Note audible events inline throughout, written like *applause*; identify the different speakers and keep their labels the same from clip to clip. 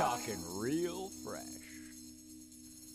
Speaker 1: looking real fresh.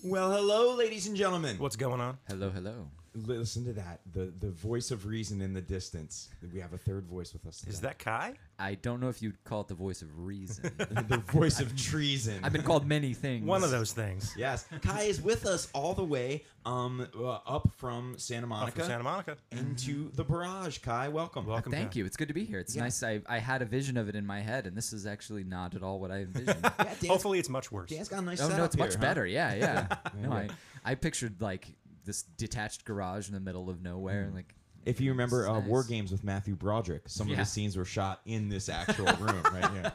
Speaker 2: Well, hello, ladies and gentlemen.
Speaker 3: What's going on?
Speaker 1: Hello, hello.
Speaker 2: Listen to that. The the voice of reason in the distance. We have a third voice with us. Today.
Speaker 3: Is that Kai?
Speaker 1: I don't know if you'd call it the voice of
Speaker 2: *laughs*
Speaker 1: reason.
Speaker 2: the voice of treason?
Speaker 1: I've been called many things.
Speaker 3: One of those things.
Speaker 2: yes, Kai is with us all the way um uh, up from Santa
Speaker 3: Off
Speaker 2: Monica
Speaker 3: of Santa Monica.
Speaker 2: into
Speaker 1: Mm-hmm.
Speaker 2: the barrage. Kai, welcome.
Speaker 3: Welcome.
Speaker 1: Thank you. It's good to be here. It's
Speaker 2: Yeah.
Speaker 1: nice. I, I had a vision of it in my head, and this is actually not at all what
Speaker 2: *laughs*
Speaker 1: I envisioned.
Speaker 2: Yeah, Dan's,
Speaker 3: Hopefully, it's much worse.
Speaker 2: Dan's got a nice.
Speaker 1: oh no,
Speaker 2: setup
Speaker 1: it's much
Speaker 2: here, huh?
Speaker 1: better.
Speaker 2: *laughs*
Speaker 1: Yeah, yeah. no, I, I pictured like this detached garage in the middle of nowhere, and like
Speaker 2: Mm. If you remember
Speaker 1: It's
Speaker 2: uh, War
Speaker 1: nice.
Speaker 2: Games with Matthew Broderick, some of
Speaker 1: Yeah.
Speaker 2: the scenes were shot in this actual
Speaker 1: *laughs*
Speaker 2: room right here.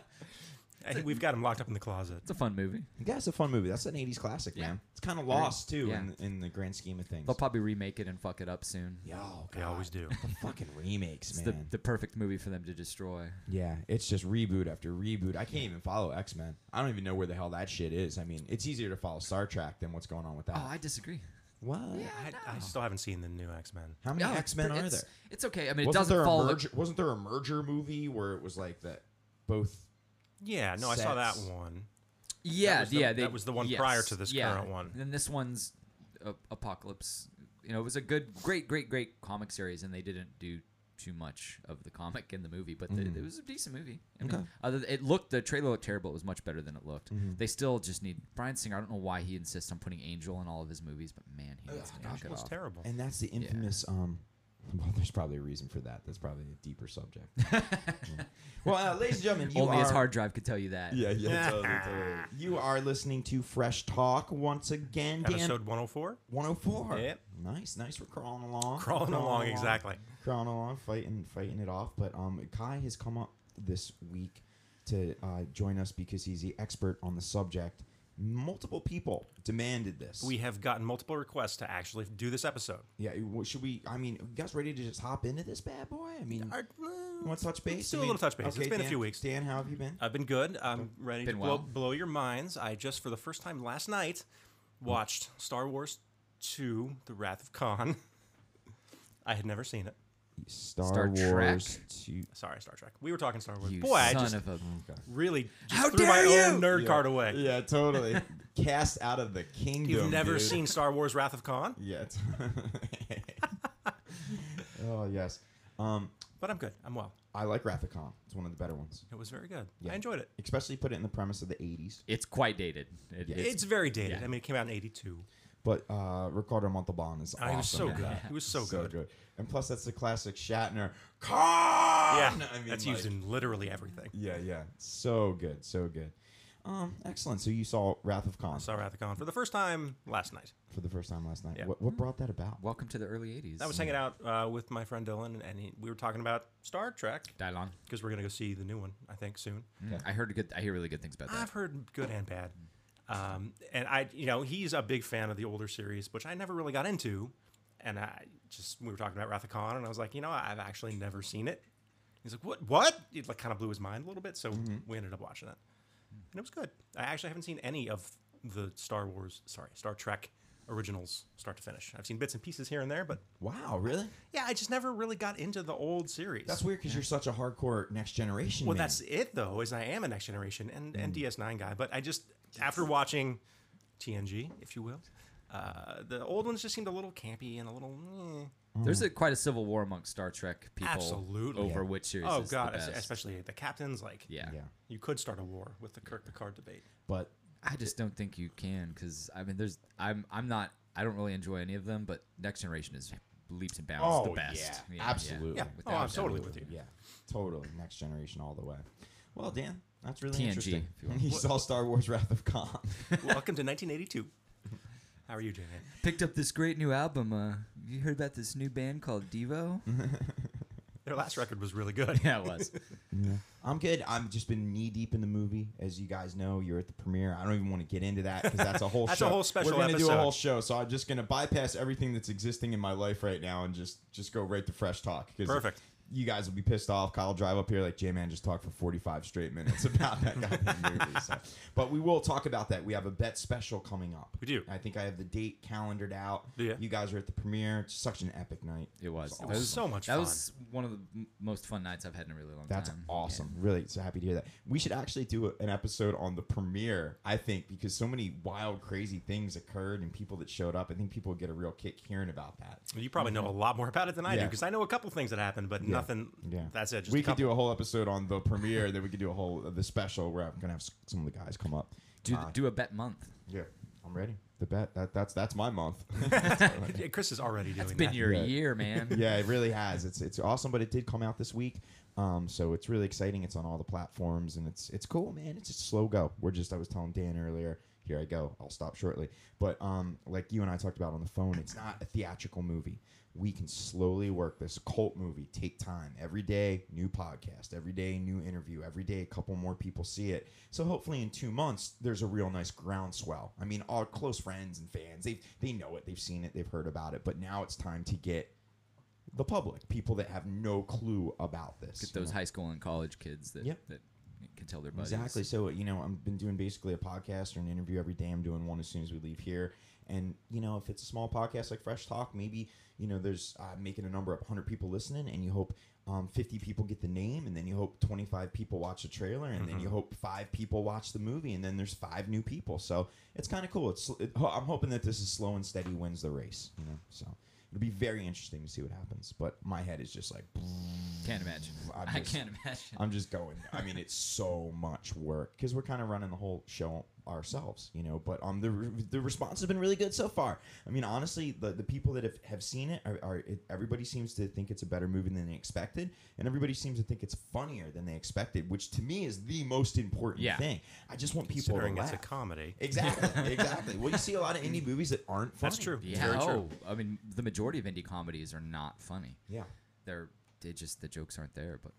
Speaker 3: I think we've got him locked up in the closet.
Speaker 1: it's a fun movie.
Speaker 2: Yeah, it's a fun movie. That's an '80s classic,
Speaker 1: Yeah.
Speaker 2: man. It's kind of lost too
Speaker 1: Yeah.
Speaker 2: in, in the grand scheme of things.
Speaker 1: They'll probably remake it and fuck it up soon.
Speaker 2: Yo, God.
Speaker 3: They always do.
Speaker 2: The fucking remakes,
Speaker 1: It's
Speaker 2: man.
Speaker 1: the, the perfect movie for them to destroy.
Speaker 2: Yeah, it's just reboot after reboot. I can't even follow X Men. I don't even know where the hell that shit is. I mean, it's easier to follow Star Trek than what's going on with that.
Speaker 1: Oh, I disagree.
Speaker 2: what?
Speaker 3: I, I still haven't seen the new X Men.
Speaker 2: How many
Speaker 1: No, it's
Speaker 2: X Men
Speaker 1: pre-
Speaker 2: are
Speaker 1: it's-
Speaker 2: there?
Speaker 1: It's okay. I mean, it
Speaker 2: wasn't
Speaker 1: doesn't
Speaker 2: there
Speaker 1: follow.
Speaker 2: a merger? Wasn't there a merger movie where it was like that? Both.
Speaker 3: Yeah, no, I saw that
Speaker 2: Sets.
Speaker 3: one.
Speaker 1: Yeah,
Speaker 3: was the-
Speaker 1: yeah.
Speaker 3: that
Speaker 1: they-
Speaker 3: was the one
Speaker 1: yes,
Speaker 3: prior to this
Speaker 1: yeah.
Speaker 3: current one.
Speaker 1: And this one's uh, Apocalypse. You know, it was a good, great, great, great comic series, and they didn't do too much of the comic in the movie, but the, it was a decent movie. I mean, other th- it looked the trailer looked terrible. It was much better than it looked. They still just need Brian Singer. I don't know why he insists on putting Angel in all of his movies, but man, he needs to knock
Speaker 3: It
Speaker 1: it
Speaker 3: was
Speaker 1: off.
Speaker 3: terrible.
Speaker 2: And that's the infamous. Um, *laughs* well, there's probably a reason for that. That's probably a deeper
Speaker 1: *laughs*
Speaker 2: subject. Yeah. Well, uh, ladies and gentlemen, you
Speaker 1: Only
Speaker 2: are,
Speaker 1: his hard drive could tell you that.
Speaker 2: Yeah, yeah. totally, totally.
Speaker 1: *laughs*
Speaker 2: You are listening to Fresh Talk once again. Dan
Speaker 3: Episode 104.
Speaker 2: 104.
Speaker 3: Yep.
Speaker 2: Nice, nice. We're crawling along.
Speaker 3: Crawling along, exactly.
Speaker 2: Crawling along, fighting, fighting it off. But um, Kai has come up this week to uh, join us because he's the expert on the subject. Multiple people demanded this.
Speaker 3: We have gotten multiple requests to actually do this episode.
Speaker 2: yeah. well, Should we? I mean, you guys ready to just hop into this bad boy? I mean,
Speaker 3: Our-
Speaker 2: want to touch base?
Speaker 3: do
Speaker 2: I
Speaker 3: a
Speaker 2: mean,
Speaker 3: little touch base. It's been a
Speaker 2: Dan-
Speaker 3: few weeks. Uh,
Speaker 2: Dan, how have you been?
Speaker 3: I've been good. I'm ready
Speaker 1: Been
Speaker 3: to blow,
Speaker 1: well.
Speaker 3: blow your minds. I just, for the first time last night, watched Star Wars 2 The Wrath of Khan. *laughs* I had never seen it.
Speaker 2: Star,
Speaker 1: Star Trek?
Speaker 2: Wars. Two.
Speaker 3: Sorry, Star Trek. We were talking Star Wars.
Speaker 1: You
Speaker 3: Boy, I
Speaker 1: son
Speaker 3: just
Speaker 1: of a.
Speaker 3: really just
Speaker 1: How
Speaker 3: threw my
Speaker 1: dare
Speaker 3: own
Speaker 1: you!
Speaker 3: nerd
Speaker 2: Yeah.
Speaker 3: card away.
Speaker 2: Yeah,
Speaker 1: *laughs*
Speaker 2: totally. Cast out of the kingdom.
Speaker 3: You've never
Speaker 2: dude.
Speaker 3: seen Star Wars Wrath of Khan,
Speaker 2: yet. *laughs* oh yes, um,
Speaker 3: but I'm good. I'm well.
Speaker 2: I like Rathacon. It's one of the better ones,
Speaker 3: It was very good.
Speaker 2: Yeah.
Speaker 3: I enjoyed it.
Speaker 2: especially put it in the premise of the '80s.
Speaker 1: It's quite dated. It,
Speaker 3: It's,
Speaker 1: it's,
Speaker 3: very dated.
Speaker 1: yeah.
Speaker 3: I mean, it came out in '82.
Speaker 2: But uh, Ricardo Montalban is
Speaker 3: Oh,
Speaker 2: awesome.
Speaker 3: he was so
Speaker 2: in
Speaker 3: good.
Speaker 2: that.
Speaker 3: He was so, good.
Speaker 2: And plus, that's the classic Shatner. Con! *laughs* I
Speaker 3: Yeah,
Speaker 2: mean,
Speaker 3: that's
Speaker 2: like-
Speaker 3: used in literally everything.
Speaker 2: Yeah, yeah. So good, so good. Um, excellent. So you saw Wrath of Khan
Speaker 3: I saw Wrath of Khan for the first time last night.
Speaker 2: for the first time last night.
Speaker 3: Yeah.
Speaker 2: What, what brought that about?
Speaker 1: welcome to the early '80s.
Speaker 3: I was hanging out uh, with my friend Dylan, and he, we were talking about Star Trek
Speaker 1: Dylon.
Speaker 3: because we're gonna go see the new one, I think, soon.
Speaker 1: Mm, I heard good. I hear really good things about that.
Speaker 3: I've heard good and bad. Um, and I, you know, he's a big fan of the older series, which I never really got into. And I just, we were talking about Wrath of Khan, and I was like, you know, I've actually never seen it. He's like, what? What? It like kind of blew his mind a little bit. So we ended up watching it. And it was good. I actually haven't seen any of the Star Wars, sorry, Star Trek originals start to finish. I've seen bits and pieces here and there, but
Speaker 2: Wow, really?
Speaker 3: yeah, I just never really got into the old series.
Speaker 2: That's weird because you're such a hardcore Next Generation.
Speaker 3: Well,
Speaker 2: man.
Speaker 3: that's it though. Is I am a next generation and, and DS9 guy, but I just after watching TNG, if you will, uh, the old ones just seemed a little campy and a little. eh.
Speaker 1: There's
Speaker 2: Hmm.
Speaker 1: a, quite a civil war amongst Star Trek people
Speaker 3: Absolutely.
Speaker 1: over which series.
Speaker 3: Oh
Speaker 1: is
Speaker 3: god,
Speaker 1: the
Speaker 3: es-
Speaker 1: best.
Speaker 3: especially the captains. Like,
Speaker 1: yeah.
Speaker 2: yeah.
Speaker 3: you could start a war with the Kirk Picard debate.
Speaker 2: But
Speaker 1: I just don't think you can because I mean, there's I'm I'm not I don't really enjoy any of them, but Next Generation is leaps and bounds the best.
Speaker 2: Yeah, absolutely.
Speaker 3: Yeah.
Speaker 1: Without
Speaker 3: Oh, I'm
Speaker 1: a
Speaker 3: totally
Speaker 1: doubt.
Speaker 3: with you.
Speaker 2: Yeah, totally. Next generation all the way. Well, Dan, that's really
Speaker 1: TNG,
Speaker 2: interesting.
Speaker 1: if
Speaker 2: *laughs*
Speaker 1: you want.
Speaker 2: He saw Star Wars Wrath of Khan.
Speaker 3: Welcome to 1982. How are you doing?
Speaker 1: Picked up this great new album. Uh, you heard about this new band called
Speaker 2: *laughs*
Speaker 1: Devo?
Speaker 3: Their last record was really good.
Speaker 1: yeah, it was.
Speaker 2: I'm good. I've just been knee deep in the movie. As you guys know, you're at the premiere. I don't even want to get into that because that's a whole
Speaker 3: *laughs* That's
Speaker 2: show.
Speaker 3: a whole special
Speaker 2: We're gonna do a
Speaker 3: episode.
Speaker 2: whole show. So I'm just going to bypass everything that's existing in my life right now and just just go right to Fresh Talk. 'cause
Speaker 3: Perfect.
Speaker 2: you guys will be pissed off. Kyle will drive up here like J Man just talked for 45 straight minutes about that goddamn
Speaker 3: *laughs*
Speaker 2: movie. So. But we will talk about that. We have a bet special coming up.
Speaker 3: We do.
Speaker 2: I think I have the date calendared out.
Speaker 3: Do ya?
Speaker 2: You guys are at the premiere. It's such an epic night.
Speaker 1: *laughs* It was.
Speaker 2: It's
Speaker 1: It
Speaker 3: was
Speaker 1: was
Speaker 3: so much
Speaker 1: That
Speaker 3: fun.
Speaker 1: was one of the m- most fun nights I've had in a really long
Speaker 2: That's
Speaker 3: Um,
Speaker 1: time.
Speaker 2: awesome. Really so happy to hear that. We should actually do a- an episode on the premiere, I think, because so many wild, crazy things occurred and people that showed up. I think people would get a real kick hearing about that.
Speaker 3: You probably know a lot more about it than I do
Speaker 2: Yeah.
Speaker 3: because I know a couple things that happened, but nothing.
Speaker 2: Yeah.
Speaker 3: That's it. Just
Speaker 2: we
Speaker 3: a
Speaker 2: could
Speaker 3: couple.
Speaker 2: do a whole episode on the premiere, then we could do a whole uh, the special where I'm gonna have s- some of the guys come up.
Speaker 1: Do,
Speaker 2: Uh,
Speaker 1: do a bet month.
Speaker 2: yeah, I'm ready. The bet that that's that's my month. *laughs*
Speaker 3: Yeah, Chris is already doing
Speaker 1: It's been
Speaker 3: that.
Speaker 1: your
Speaker 2: Yeah.
Speaker 1: year, man.
Speaker 2: *laughs* yeah, it really has. It's it's awesome, but it did come out this week. Um, so it's really exciting. It's on all the platforms, and it's it's cool, man. It's a slow go. We're just I was telling Dan earlier. Here I go. I'll stop shortly. But um, like you and I talked about on the phone, it's not a theatrical movie. We can slowly work this cult movie. Take time. Every day, new podcast. Every day, new interview. Every day, a couple more people see it. So hopefully, in two months, there's a real nice groundswell. I mean, our close friends and fans, they they know it. They've seen it. They've heard about it. But now it's time to get the public, people that have no clue about this.
Speaker 1: Get
Speaker 2: you
Speaker 1: those
Speaker 2: know?
Speaker 1: high school and college kids that,
Speaker 2: Yep.
Speaker 1: that can tell their buddies.
Speaker 2: Exactly. So you know, I've been doing basically a podcast or an interview every day. I'm doing one as soon as we leave here. And you know, if it's a small podcast like Fresh Talk, maybe you know there's uh, making a number of 100 people listening, and you hope um, 50 people get the name, and then you hope 25 people watch the trailer, and then you
Speaker 1: Mm-hmm.
Speaker 2: hope five people watch the movie, and then there's five new people. So it's kind of cool. It's it, ho- I'm hoping that this is slow and steady wins the race. You know, so it'll be very interesting to see what happens. But my head is just like.
Speaker 1: Can't imagine.
Speaker 2: I'm
Speaker 1: I
Speaker 2: just-
Speaker 1: can't imagine.
Speaker 2: I'm just going. I mean, it's so much work because we're kind of running the whole show ourselves, you know. But um, the re- the response has been really good so far. I mean, honestly, the, the people that have, have seen it are, are it, everybody seems to think it's a better movie than they expected, and everybody seems to think it's funnier than they expected, which to me is the most important
Speaker 1: Yeah.
Speaker 2: thing. I just want people to
Speaker 3: Considering
Speaker 2: laugh.
Speaker 3: it's a comedy. *laughs*
Speaker 2: exactly, exactly. Well, you see a lot of indie movies that aren't funny.
Speaker 3: That's true.
Speaker 1: yeah.
Speaker 3: Very true.
Speaker 1: Oh, I mean, the majority of indie comedies are not funny.
Speaker 2: Yeah.
Speaker 1: They're they just the jokes aren't there. But,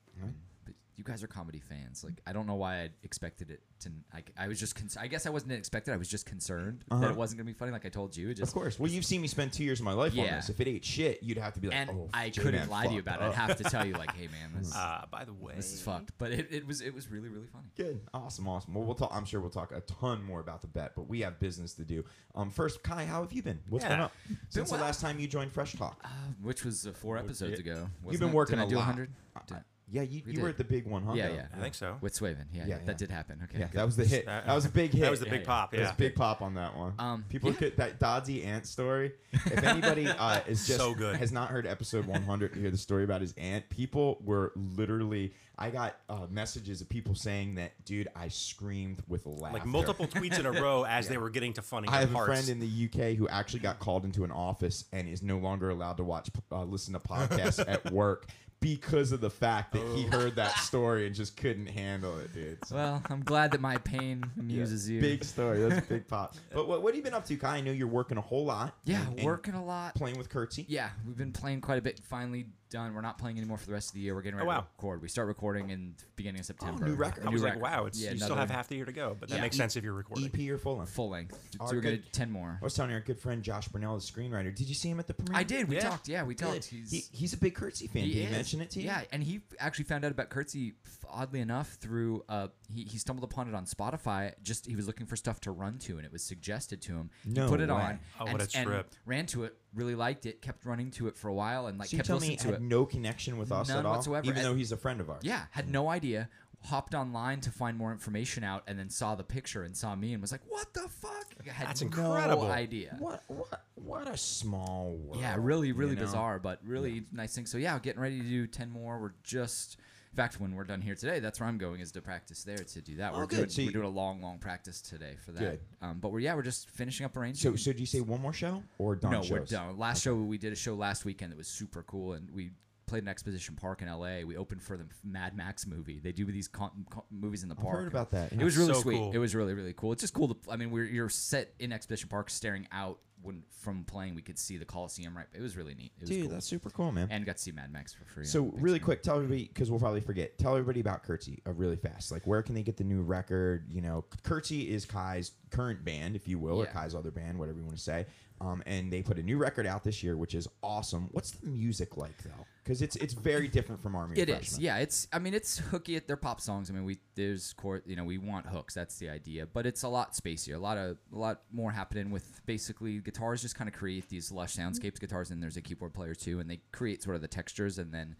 Speaker 1: but you guys are comedy fans. Like I don't know why I expected it to. I, I was just. Con- I guess I wasn't expected. I was just concerned that
Speaker 2: Uh-huh.
Speaker 1: it wasn't gonna be funny. Like I told you. It
Speaker 2: Of
Speaker 1: just
Speaker 2: course. Well, you've seen me spend two years of my life on
Speaker 1: Yeah.
Speaker 2: this. If it ain't shit, you'd have to be like,
Speaker 1: and
Speaker 2: oh,
Speaker 1: I
Speaker 2: J-Man
Speaker 1: couldn't lie to you
Speaker 2: fucked
Speaker 1: about it.
Speaker 2: up."
Speaker 1: I'd have to tell you, like, hey
Speaker 2: *laughs*
Speaker 1: man, this,
Speaker 3: Uh, by the way,
Speaker 1: this is fucked. But it, it was it was really really funny.
Speaker 2: Good. Awesome. Awesome. Well, we'll talk. I'm sure we'll talk a ton more about the bet, but we have business to do. Um, first, Kai, how have you been? What's
Speaker 3: Yeah.
Speaker 2: been up since
Speaker 1: well.
Speaker 2: the last time you joined Fresh Talk?
Speaker 1: Uh, which was uh, four episodes
Speaker 2: yeah.
Speaker 1: ago.
Speaker 2: Oh, You've
Speaker 1: wasn't
Speaker 2: been
Speaker 1: it?
Speaker 2: working
Speaker 1: Did
Speaker 2: a
Speaker 1: I do
Speaker 2: lot.
Speaker 1: 100? Did-
Speaker 2: Uh, Yeah, you,
Speaker 1: We
Speaker 2: you were
Speaker 1: did.
Speaker 2: at the big one, huh?
Speaker 1: Yeah, yeah.
Speaker 3: I think so.
Speaker 1: With Swaven,
Speaker 2: Yeah,
Speaker 1: yeah, that,
Speaker 2: yeah.
Speaker 1: that did happen. Okay,
Speaker 2: Yeah,
Speaker 1: good.
Speaker 2: that was the hit.
Speaker 3: That-
Speaker 2: That was a big hit.
Speaker 3: That was the
Speaker 1: Yeah,
Speaker 3: big
Speaker 1: yeah.
Speaker 3: pop.
Speaker 2: That was
Speaker 3: Yeah.
Speaker 2: a big pop on that one.
Speaker 1: Um,
Speaker 2: People
Speaker 1: yeah.
Speaker 2: could that Dodzy aunt story. If
Speaker 1: *laughs*
Speaker 2: anybody uh, is just
Speaker 3: So good.
Speaker 2: has not heard episode 100 to hear the story about his aunt, people were literally. I got uh, messages of people saying that, dude, I screamed with laughter.
Speaker 3: Like multiple tweets in a
Speaker 1: *laughs*
Speaker 3: row as they were getting to funny
Speaker 2: I have
Speaker 3: parts.
Speaker 2: a friend in the UK who actually got called into an office and is no longer allowed to watch, uh, listen to podcasts
Speaker 1: *laughs*
Speaker 2: at work because of the fact that he
Speaker 1: Oh.
Speaker 2: heard that story and just couldn't handle it, dude. So,
Speaker 1: Well, I'm glad that my pain
Speaker 3: *laughs*
Speaker 2: yeah,
Speaker 1: amuses you.
Speaker 2: Big story. That's a
Speaker 1: *laughs*
Speaker 2: big pop. But what, what have you been up to, Kai? I know you're working a whole lot.
Speaker 1: yeah,
Speaker 2: and- and
Speaker 1: working a lot.
Speaker 2: Playing with Curtsy.
Speaker 1: Yeah, we've been playing quite a bit. Finally done. We're not playing anymore for the rest of the year. We're getting ready
Speaker 3: Oh, wow. Oh,
Speaker 1: to record. We start recording in the beginning of September.
Speaker 2: new record.
Speaker 1: A
Speaker 3: I was
Speaker 1: new
Speaker 3: like,
Speaker 1: record.
Speaker 3: wow, it's, you still
Speaker 1: another
Speaker 3: have half the year to go, but that
Speaker 1: Yeah.
Speaker 3: makes
Speaker 1: E-
Speaker 3: sense if you're recording.
Speaker 2: EP or full length?
Speaker 1: full length. So
Speaker 2: Our
Speaker 1: we're gonna
Speaker 2: good-
Speaker 1: ten more.
Speaker 2: I was telling our good friend Josh Brunell, the screenwriter. Did you see him at the premiere?
Speaker 1: I did. We
Speaker 3: Yeah.
Speaker 1: talked. Yeah, we
Speaker 2: Good.
Speaker 1: talked. He's
Speaker 2: He, he's a big Curtsy fan. did he
Speaker 1: is.
Speaker 2: mention it to you?
Speaker 1: Yeah, and he actually found out about Curtsy, f- oddly enough, through uh, he, he stumbled upon it on Spotify. Just he was looking for stuff to run to, and it was suggested to him.
Speaker 2: No
Speaker 1: he put it
Speaker 2: way.
Speaker 1: on.
Speaker 3: Oh,
Speaker 1: and,
Speaker 3: what a
Speaker 1: and
Speaker 3: trip.
Speaker 1: ran to it, really liked it, kept running to it for a while, and like
Speaker 2: So you
Speaker 1: kept
Speaker 2: tell me
Speaker 1: listening
Speaker 2: it
Speaker 1: to
Speaker 2: had
Speaker 1: it.
Speaker 2: no connection with us
Speaker 1: None
Speaker 2: at all,
Speaker 1: whatsoever.
Speaker 2: even
Speaker 1: And-
Speaker 2: though he's a friend of ours.
Speaker 1: yeah, had no idea. Hopped online to find more information out, and then saw the picture and saw me and was like, "What the fuck?" I had
Speaker 3: That's
Speaker 1: no
Speaker 3: incredible.
Speaker 1: idea.
Speaker 2: What what what a small world.
Speaker 1: Yeah, really,
Speaker 2: you
Speaker 1: really
Speaker 2: know?
Speaker 1: bizarre, but really nice thing. So yeah, getting ready to do ten more. We're just, in fact, when we're done here today, that's where I'm going is to practice there to do that.
Speaker 2: Oh,
Speaker 1: we're
Speaker 2: good.
Speaker 1: doing
Speaker 2: So you-
Speaker 1: we're doing a long, long practice today for that.
Speaker 2: Good.
Speaker 1: Um, but we're yeah, we're just finishing up arranging.
Speaker 2: So so do you say one more show or done
Speaker 1: no,
Speaker 2: shows?
Speaker 1: we're done. Last show we did a show last weekend that was super cool, and we played in Exposition Park in L.A. We opened for the Mad Max movie. They do these con- con- movies in the park.
Speaker 2: heard about that,
Speaker 1: It was really
Speaker 3: So
Speaker 1: sweet.
Speaker 3: cool.
Speaker 1: It was really really cool. It's just cool. To, I mean, we're you're set in Exposition Park, staring out when from playing, we could see the Coliseum. Right, it was really neat. It was
Speaker 2: Dude,
Speaker 1: cool.
Speaker 2: that's super cool, man.
Speaker 1: and got to see Mad Max for free.
Speaker 2: so
Speaker 1: on big
Speaker 2: really
Speaker 1: screen.
Speaker 2: quick, tell everybody because we'll probably forget. Tell everybody about Curtsy uh, really fast. Like where can they get the new record? You know, Curtsy is Kai's current band, if you will, or
Speaker 1: Yeah.
Speaker 2: Kai's other band, whatever you want to say. Um, and they put a new record out this year, which is awesome. What's the music like though? because it's it's very different from Army.
Speaker 1: It
Speaker 2: of
Speaker 1: is,
Speaker 2: Freshmen.
Speaker 1: yeah. It's I mean, it's hooky at their pop songs. I mean, we there's core, you know, we want hooks. That's the idea. But it's a lot spacier, a lot of a lot more happening with basically guitars. Just kind of create these lush soundscapes, guitars, and there's a keyboard player too, and they create sort of the textures, and then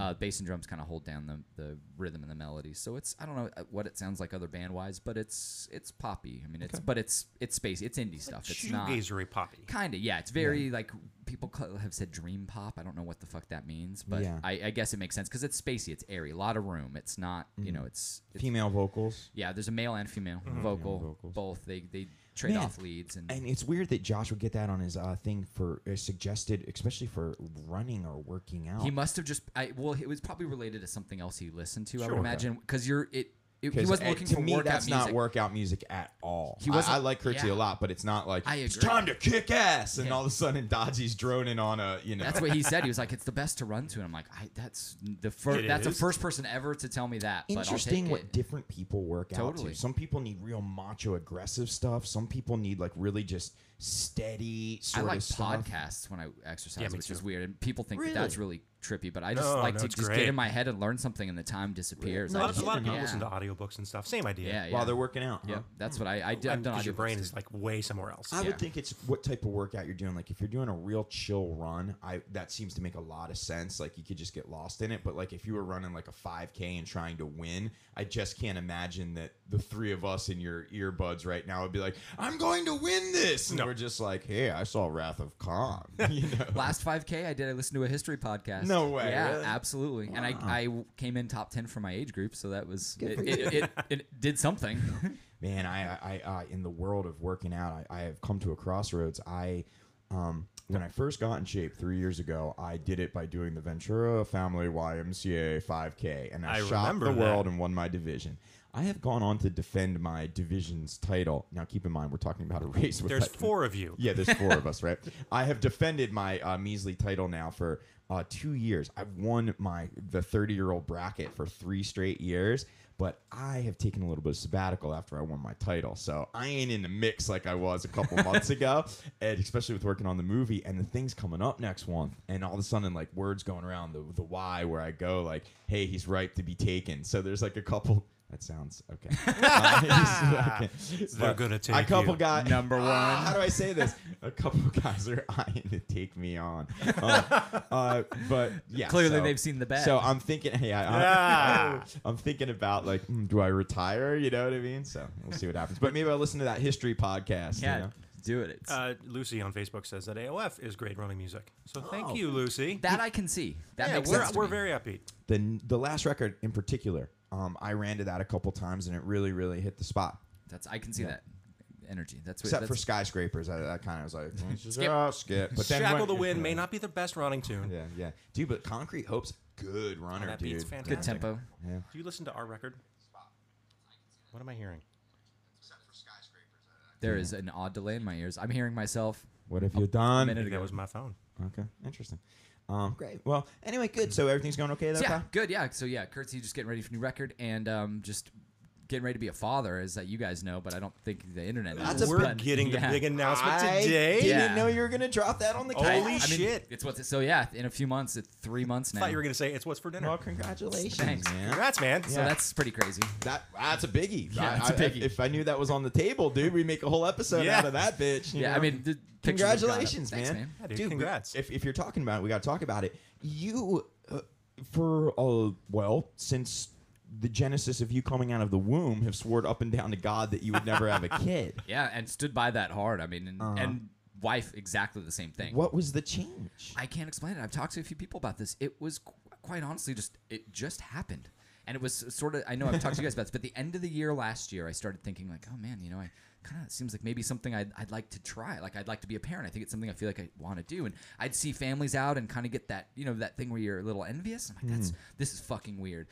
Speaker 1: uh, bass and drums kind of hold down the the rhythm and the melody. So it's I don't know uh, what it sounds like other band wise, but it's it's poppy. I mean, it's but it's it's space. It's indie stuff. It's not
Speaker 3: shoegazery
Speaker 1: *laughs*
Speaker 3: poppy.
Speaker 1: Kind of, yeah. It's very like people cl- have said dream pop. I don't know what the fuck that means, but
Speaker 2: Yeah.
Speaker 1: I, I guess it makes sense because it's spacey, it's airy, a lot of room. It's not,
Speaker 2: Mm-hmm.
Speaker 1: you know, it's, it's
Speaker 2: female vocals.
Speaker 1: yeah. There's a male and female vocal,
Speaker 2: Mm-hmm. Female vocals.
Speaker 1: both. They they trade
Speaker 2: Man,
Speaker 1: off leads and,
Speaker 2: And it's weird that Josh would get that on his uh, thing for uh, suggested, especially for running or working out.
Speaker 1: he must have just. I well, it was probably related to something else he listened to. I would
Speaker 3: Sure.
Speaker 1: imagine because you're it. it he
Speaker 2: 'Cause,
Speaker 1: wasn't
Speaker 2: uh,
Speaker 1: looking
Speaker 2: to
Speaker 1: for
Speaker 2: me,
Speaker 1: workout
Speaker 2: that's
Speaker 1: music.
Speaker 2: not workout music at all.
Speaker 1: He
Speaker 2: I-
Speaker 1: wasn't-
Speaker 2: I, like Curtsy a
Speaker 1: yeah.
Speaker 2: lot, but it's not like
Speaker 1: I
Speaker 2: it's
Speaker 1: agree.
Speaker 2: time to kick ass, and
Speaker 1: Yeah.
Speaker 2: all of a sudden Dodgy's droning on a you know.
Speaker 1: That's what he said. He was like, "It's the best to run to," and I'm like, I, "That's the first.
Speaker 3: It
Speaker 1: That's the
Speaker 3: is.
Speaker 1: first person ever to tell me that." but I'll
Speaker 2: interesting
Speaker 1: take
Speaker 2: what
Speaker 1: it.
Speaker 2: different people work out
Speaker 1: Totally.
Speaker 2: to. Some people need real macho aggressive stuff. Some people need like really just steady
Speaker 1: I
Speaker 2: sort
Speaker 1: like
Speaker 2: of stuff.
Speaker 1: podcasts when I exercise,
Speaker 3: Yeah, me
Speaker 1: which is
Speaker 3: too.
Speaker 1: weird, and people think
Speaker 2: Really?
Speaker 1: that that's really trippy. But I just
Speaker 3: No,
Speaker 1: like
Speaker 3: no,
Speaker 1: to
Speaker 3: it's
Speaker 1: just
Speaker 3: great.
Speaker 1: get in my head and learn something, and the time disappears.
Speaker 3: A lot,
Speaker 1: I
Speaker 3: of,
Speaker 1: just-
Speaker 3: a lot of people
Speaker 1: yeah.
Speaker 3: listen to audiobooks and stuff. Same idea.
Speaker 1: yeah, yeah.
Speaker 2: while they're working out.
Speaker 1: yeah,
Speaker 2: huh?
Speaker 1: that's what I I do.
Speaker 3: Oh, Because
Speaker 1: I've done
Speaker 3: your
Speaker 1: audiobooks,
Speaker 3: brain
Speaker 1: too.
Speaker 3: is like way somewhere else.
Speaker 2: I
Speaker 1: Yeah.
Speaker 2: would think it's what type of workout you're doing. Like if you're doing a real chill run, I that seems to make a lot of sense. Like you could just get lost in it. But like if you were running like a 5K and trying to win, I just can't imagine that the three of us in your earbuds right now would be like, "I'm going to win this," and
Speaker 3: No.
Speaker 2: we're just like, "Hey, I saw Wrath of Khan." *laughs* You know?
Speaker 1: *laughs* Last 5K I did, I listened to a history podcast.
Speaker 2: No way,
Speaker 1: Yeah,
Speaker 2: really?
Speaker 1: absolutely. And I, I came in top 10 for my age group, so that was, it,
Speaker 2: for
Speaker 1: it, it, it
Speaker 3: *laughs*
Speaker 1: did something.
Speaker 2: man i i, I uh, in the world of working out I, I have come to a crossroads i um when i first got in shape three years ago i did it by doing the ventura family ymca 5k and i,
Speaker 3: I
Speaker 2: shot
Speaker 3: remember
Speaker 2: the
Speaker 3: that.
Speaker 2: world and won my division i have gone on to defend my division's title now keep in mind we're talking about a race with
Speaker 3: There's
Speaker 2: like-
Speaker 3: four of you.
Speaker 2: yeah, there's four of us, right? I have defended my uh, measly title now for uh, two years. I've won my the 30 year old bracket for three straight years, but I have taken a little bit of sabbatical after I won my title, so I ain't in the mix like I was a couple months ago, and especially with working on the movie and the things coming up next month, and all of a sudden like words going around the the why where I go like, hey, he's ripe to be taken. So there's like a couple. *laughs* That sounds okay. *laughs*
Speaker 3: They're
Speaker 2: But
Speaker 3: gonna
Speaker 2: a
Speaker 3: take
Speaker 2: couple
Speaker 3: you.
Speaker 2: guy
Speaker 1: Number
Speaker 2: Ah,
Speaker 1: one.
Speaker 2: how do I say this? A couple *laughs* guys are eyeing to take me on, Uh,
Speaker 1: *laughs*
Speaker 2: uh, but yeah.
Speaker 1: Clearly
Speaker 2: so-
Speaker 1: they've seen the bet.
Speaker 2: So I'm thinking, *laughs* hey, I, I,
Speaker 3: Yeah.
Speaker 2: *laughs* I'm thinking about like, mm, do I retire? You know what I mean? So we'll see what happens. But maybe I'll listen to that history podcast. you
Speaker 1: *laughs* yeah,
Speaker 2: know?
Speaker 1: do it. It's-
Speaker 3: Uh, Lucy on Facebook says that AOF is great running music. So thank
Speaker 2: Oh.
Speaker 3: you, Lucy.
Speaker 1: that I can see. That
Speaker 3: yeah,
Speaker 1: makes
Speaker 3: we're
Speaker 1: sense. to
Speaker 3: we're
Speaker 1: me.
Speaker 3: very upbeat.
Speaker 2: The the last record in particular, um, I ran to that a couple times and it really really hit the spot.
Speaker 1: That's, I can see that energy. That's what,
Speaker 2: Except for
Speaker 1: that's,
Speaker 2: skyscrapers, I, I kind of was
Speaker 1: *laughs*
Speaker 2: like, mm,
Speaker 1: Skip.
Speaker 2: ah, skip. But then
Speaker 3: Shackle
Speaker 2: when-
Speaker 3: the Wind may
Speaker 2: Yeah.
Speaker 3: not be the best running tune.
Speaker 2: Yeah, yeah, dude. But Concrete Hope's good runner,
Speaker 3: Oh, that
Speaker 2: dude.
Speaker 3: beat's
Speaker 1: good
Speaker 3: fantastic.
Speaker 1: tempo.
Speaker 2: Yeah.
Speaker 3: Do you listen to our record? What am I hearing?
Speaker 1: There is an odd delay in my ears. I'm hearing myself.
Speaker 2: What have you done?
Speaker 1: minute
Speaker 3: I think
Speaker 1: ago.
Speaker 3: that was my phone.
Speaker 2: Okay, interesting. Um, great. Well, anyway, good. So everything's going okay though.
Speaker 1: So, yeah,
Speaker 2: Kyle?
Speaker 1: good. Yeah. So yeah, Curtsy just getting ready for new record and um, just getting ready to be a father, as that you guys know, but I don't think the internet.
Speaker 2: That's
Speaker 1: knows,
Speaker 2: a
Speaker 3: we're
Speaker 1: but,
Speaker 3: getting
Speaker 1: yeah.
Speaker 3: the big announcement
Speaker 2: I
Speaker 3: today.
Speaker 2: didn't
Speaker 1: Yeah.
Speaker 2: know you were gonna drop that on the
Speaker 3: Holy
Speaker 1: *laughs* I-
Speaker 2: couch.
Speaker 1: I mean,
Speaker 3: shit.
Speaker 1: It's what's so yeah. In a few months, it's three months
Speaker 3: I
Speaker 1: now.
Speaker 3: thought you were going to say it's what's for dinner.
Speaker 2: Well, congratulations,
Speaker 1: Thanks.
Speaker 2: man.
Speaker 3: Congrats, man.
Speaker 1: so that's pretty crazy.
Speaker 2: That that's a biggie.
Speaker 1: Yeah,
Speaker 2: I-
Speaker 1: it's a
Speaker 2: I-
Speaker 1: biggie.
Speaker 2: if I knew that was on the table, dude, we make a whole episode
Speaker 3: Yeah.
Speaker 2: out of that bitch. you
Speaker 1: Yeah, I
Speaker 2: know?
Speaker 1: mean, the pictures have gone up.
Speaker 2: congratulations,
Speaker 1: Thanks,
Speaker 2: man.
Speaker 3: Yeah, dude,
Speaker 2: we-
Speaker 3: congrats.
Speaker 2: If, if you're talking about it, we got to talk about it. You, uh, for uh, well, since the genesis of you coming out of the womb, have sworn up and down to God that you would never
Speaker 3: *laughs*
Speaker 2: have a kid.
Speaker 1: Yeah, and stood by that hard. I mean, and,
Speaker 3: Uh-huh.
Speaker 1: and wife exactly the same thing.
Speaker 2: What was the change?
Speaker 1: I can't explain it. I've talked to a few people about this. It was qu- quite honestly just it just happened, and it was sort of. I know I've talked to you guys about this, but the end of the year last year, I started thinking like, oh man, you know, I kind of seems like maybe something I'd, I'd like to try. Like I'd like to be a parent. I think it's something I feel like I want to do, and I'd see families out and kind of get that you know that thing where you're a little envious. I'm like, that's this is fucking weird.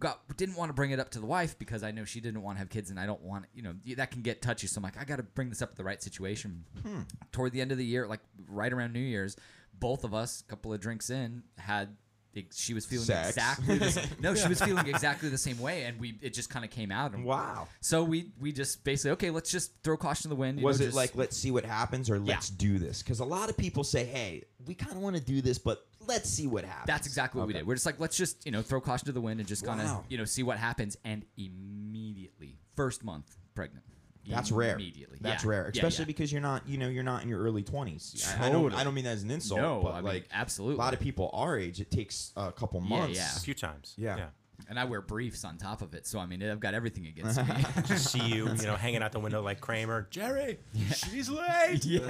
Speaker 1: Got, didn't want to bring it up to the wife because I know she didn't want to have kids, and I don't want you know that can get touchy. So I'm like, I got to bring this up at the right situation.
Speaker 2: Hmm.
Speaker 1: Toward the end of the year, like right around New Year's, both of us, a couple of drinks in, had e, she was feeling
Speaker 2: Sex.
Speaker 1: exactly the same.
Speaker 2: *laughs*
Speaker 1: no, she was feeling exactly the same way, and we it just kind of came out. And
Speaker 2: Wow.
Speaker 1: So we we just basically okay, let's just throw caution to the wind. you
Speaker 2: was
Speaker 1: know,
Speaker 2: it
Speaker 1: just-
Speaker 2: like let's see what happens or let's do this? Because a lot of people say, "Hey, we kind of want to do this, but let's see what happens.
Speaker 1: That's exactly what we
Speaker 2: Okay.
Speaker 1: did. We're just like, let's just, you know, throw caution to the wind and just kind of,
Speaker 2: Wow.
Speaker 1: you know, see what happens. And immediately, first month pregnant.
Speaker 2: That's rare.
Speaker 1: Immediately.
Speaker 2: That's
Speaker 1: Yeah.
Speaker 2: rare,
Speaker 1: Yeah,
Speaker 2: especially
Speaker 1: yeah.
Speaker 2: because you're not, you know, you're not in your early 20s. I- I, don't,
Speaker 1: Totally.
Speaker 2: I don't mean that as an insult,
Speaker 1: No,
Speaker 2: but
Speaker 1: I mean,
Speaker 2: like
Speaker 1: absolutely.
Speaker 2: a lot of people our age, it takes a couple months.
Speaker 1: yeah.
Speaker 3: a few times.
Speaker 2: Yeah.
Speaker 1: and I wear briefs on top of it. So, I mean, I've got everything against me.
Speaker 2: *laughs*
Speaker 1: *laughs*
Speaker 3: Just see you, you know, hanging out the window like Kramer. Jerry, she's late.
Speaker 2: Dude,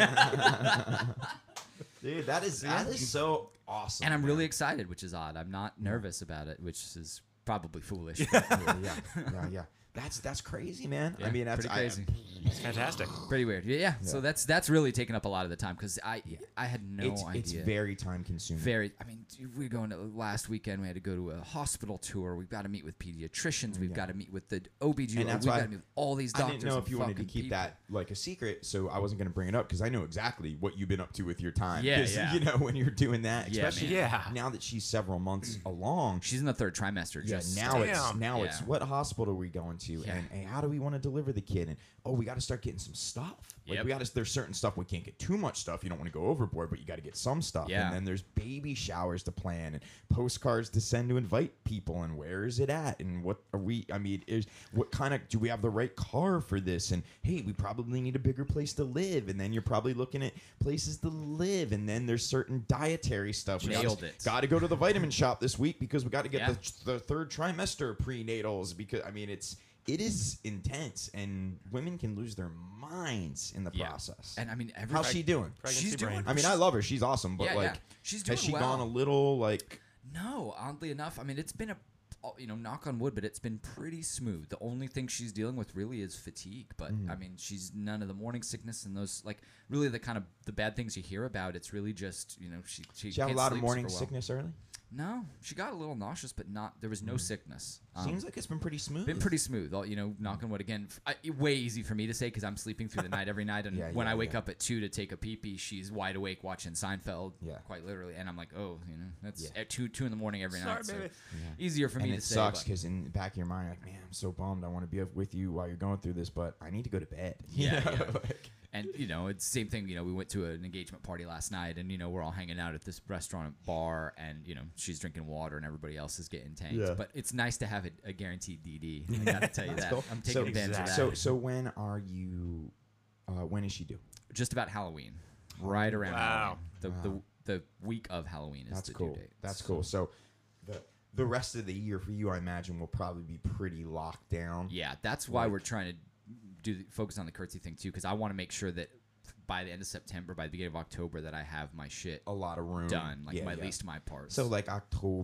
Speaker 2: that is that is so awesome.
Speaker 1: and I'm
Speaker 2: man.
Speaker 1: really excited, which is odd. I'm not nervous about it, which is probably
Speaker 2: *laughs*
Speaker 1: foolish. but
Speaker 2: yeah, yeah,
Speaker 1: *laughs*
Speaker 2: yeah. That's that's crazy, man. I
Speaker 1: Yeah,
Speaker 2: mean, that's
Speaker 1: pretty crazy.
Speaker 2: I,
Speaker 3: It's fantastic.
Speaker 1: pretty weird. Yeah, yeah. So
Speaker 2: Yeah.
Speaker 1: that's that's really taken up a lot of the time because I I had no
Speaker 2: it's
Speaker 1: idea.
Speaker 2: it's very time consuming.
Speaker 1: very i mean dude, we're going to last weekend we had to go to a hospital tour we've got to meet with pediatricians we've got to meet with the obgyn
Speaker 2: Oh, And
Speaker 1: we've
Speaker 2: that's
Speaker 1: got
Speaker 2: why
Speaker 1: to meet with all these
Speaker 2: I
Speaker 1: doctors
Speaker 2: didn't know
Speaker 1: and
Speaker 2: if you wanted to
Speaker 1: fucking
Speaker 2: keep
Speaker 1: people.
Speaker 2: that like a secret, so I wasn't going to bring it up because I know exactly what you've been up to with your time.
Speaker 1: Yeah,
Speaker 2: 'Cause, *laughs*
Speaker 1: yeah.
Speaker 2: You know when you're doing that,
Speaker 1: Yeah,
Speaker 2: especially
Speaker 3: man. Yeah.
Speaker 2: now that she's several
Speaker 1: *clears throat*
Speaker 2: months along.
Speaker 1: she's in the third trimester
Speaker 2: Yeah,
Speaker 1: just
Speaker 2: now it's
Speaker 3: Damn.
Speaker 2: now it's
Speaker 1: Yeah.
Speaker 2: what hospital are we going to,
Speaker 1: Yeah.
Speaker 2: and, and how do we want to deliver the kid, and oh, we got to start getting some stuff. Like
Speaker 1: Yep.
Speaker 2: we got to there's certain stuff we can't get too much stuff. You don't want to go overboard, but you got to get some stuff.
Speaker 1: Yeah.
Speaker 2: And then there's baby showers to plan and postcards to send to invite people, and where is it at, and what are we? I mean, is what kind of do we have the right car for this? And hey, we probably need a bigger place to live, and then you're probably looking at places to live, and then there's certain dietary stuff. We gotta-
Speaker 1: Nailed it.
Speaker 2: Got to go to the vitamin shop this week because we got to get
Speaker 1: Yeah.
Speaker 2: the, the third trimester prenatals because I mean it's it is intense and women can lose their minds in the
Speaker 1: Yeah.
Speaker 2: process.
Speaker 1: and i mean every
Speaker 2: how's she doing?
Speaker 3: Pregnancy
Speaker 1: She's doing-
Speaker 3: brain.
Speaker 2: I mean, I love her. She's awesome, but
Speaker 1: Yeah,
Speaker 2: like,
Speaker 1: yeah. She's
Speaker 2: has
Speaker 1: doing
Speaker 2: she
Speaker 1: well.
Speaker 2: gone a little like?
Speaker 1: no oddly enough i mean it's been a oh, you know knock on wood but it's been pretty smooth the only thing she's dealing with really is fatigue but
Speaker 2: Mm.
Speaker 1: i mean she's none of the morning sickness and those like really the kind of the bad things you hear about it's really just you know she she,
Speaker 2: She had a
Speaker 1: can't
Speaker 2: lot of
Speaker 1: sleep
Speaker 2: morning
Speaker 1: super well.
Speaker 2: sickness early.
Speaker 1: no she got a little nauseous but not there was no sickness Um,
Speaker 2: Mm. Seems Mm. like it's been pretty smooth.
Speaker 1: been pretty smooth. All, you know, knock on wood again. F- I, it- way easy for me to say because I'm sleeping through the night
Speaker 2: *laughs*
Speaker 1: every night, and
Speaker 2: Yeah,
Speaker 1: when
Speaker 2: yeah,
Speaker 1: I wake
Speaker 2: yeah.
Speaker 1: up at two to take a pee pee, she's wide awake watching Seinfeld.
Speaker 2: Yeah.
Speaker 1: quite literally. And I'm like, oh, you know, that's
Speaker 2: Yeah.
Speaker 1: at two two in the morning every
Speaker 3: Sorry,
Speaker 1: night. So
Speaker 3: baby.
Speaker 1: easier for
Speaker 2: and
Speaker 1: me
Speaker 2: it
Speaker 1: to say.
Speaker 2: sucks
Speaker 1: but-
Speaker 2: because in the back of your mind, you're like, man, I'm so bummed. I want to be up with you while you're going through this, but I need to go to bed. *laughs* You
Speaker 1: Yeah,
Speaker 2: know,
Speaker 1: yeah.
Speaker 2: like-
Speaker 1: and you know it's same thing you know we went to an engagement party last night and you know we're all hanging out at this restaurant and bar and you know she's drinking water and everybody else is getting tanked
Speaker 2: Yeah.
Speaker 1: but it's nice to have a, a guaranteed dd
Speaker 2: *laughs*
Speaker 1: i gotta tell you that
Speaker 2: cool.
Speaker 1: i'm taking
Speaker 2: So-
Speaker 1: advantage
Speaker 2: So,
Speaker 1: of that
Speaker 2: so when are you? Uh, when is she due?
Speaker 1: just about halloween right around
Speaker 3: Wow.
Speaker 1: halloween the, the, the week of halloween is
Speaker 2: That's
Speaker 1: the due
Speaker 2: cool.
Speaker 1: date.
Speaker 2: That's cool. So the the rest of the year for you, I imagine, will probably be pretty locked down.
Speaker 1: yeah that's why we're trying to do the, focus on the curtsy thing too because i want to make sure that by the end of september by the beginning of october that i have my shit
Speaker 2: A lot of room
Speaker 1: done like
Speaker 2: Oh, Yeah,
Speaker 1: my,
Speaker 2: yeah.
Speaker 1: at least my part
Speaker 2: So like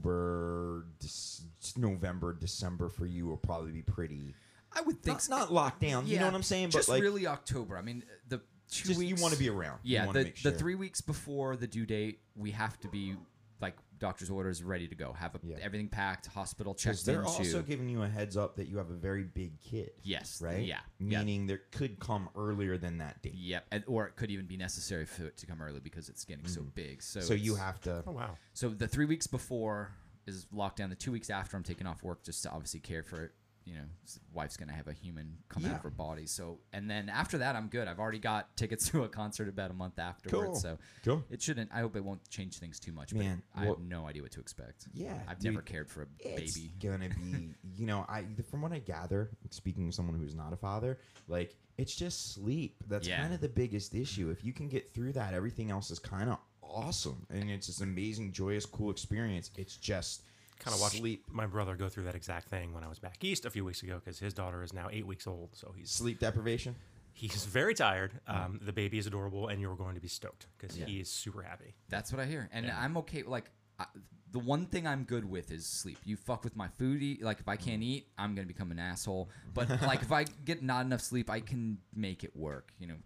Speaker 2: October, Dec- November, December for you will probably be pretty.
Speaker 1: i would think
Speaker 2: Not,
Speaker 1: so.
Speaker 2: not locked down. You know what I'm saying?
Speaker 1: Just
Speaker 2: but like,
Speaker 1: really October. I mean, the two
Speaker 2: just
Speaker 1: weeks
Speaker 2: you want to be around. You
Speaker 1: Yeah,
Speaker 2: wanna
Speaker 1: the,
Speaker 2: make
Speaker 1: the
Speaker 2: sure.
Speaker 1: three weeks before the due date, we have to be like doctor's orders ready to go. Have a,
Speaker 2: Yeah.
Speaker 1: everything packed, hospital
Speaker 2: 'Cause
Speaker 1: checked
Speaker 2: They're
Speaker 1: into.
Speaker 2: also giving you a heads up that you have a very big kid.
Speaker 1: Yes,
Speaker 2: Right.
Speaker 1: yeah, yeah.
Speaker 2: Meaning there could come earlier than that date.
Speaker 1: yep, and, or it could even be necessary for it to come early because it's getting so big. So
Speaker 2: Mm-hmm. So you
Speaker 1: it's-
Speaker 2: have to.
Speaker 3: Oh wow.
Speaker 1: So the three weeks before is lockdown. The two weeks after, I'm taking off work just to obviously care for it. You know, s- wife's gonna have a human come out
Speaker 2: Yeah.
Speaker 1: of her body. So, and then after that, I'm good. I've already got tickets *laughs* to a concert about a month afterwards.
Speaker 2: Cool.
Speaker 1: So,
Speaker 2: Cool.
Speaker 1: it shouldn't. I hope it won't change things too much.
Speaker 2: Man,
Speaker 1: but I have
Speaker 2: well-
Speaker 1: no idea what to expect.
Speaker 2: Yeah,
Speaker 1: I've
Speaker 2: dude,
Speaker 1: never cared for a
Speaker 2: it's
Speaker 1: baby.
Speaker 2: gonna be you know i from what i gather speaking of someone who's not a father like it's just sleep that's
Speaker 1: Yeah.
Speaker 2: kind of the biggest issue if you can get through that everything else is kind of awesome and it's this amazing joyous cool experience it's just
Speaker 3: Kind of watched
Speaker 2: sleep
Speaker 3: my brother go through that exact thing when I was back east a few weeks ago because his daughter is now eight weeks old, so he's
Speaker 2: sleep deprivation
Speaker 3: He's very tired. Um, the baby is adorable, and you're going to be stoked because
Speaker 1: Yeah.
Speaker 3: he is super happy.
Speaker 1: That's what I hear, and I'm okay. Like I, the one thing I'm good with is sleep. You fuck with my food. Eat, like if I
Speaker 2: Mm-hmm.
Speaker 1: can't eat, I'm gonna become an asshole. But
Speaker 2: *laughs*
Speaker 1: like if I get not enough sleep, I can make it work. You know,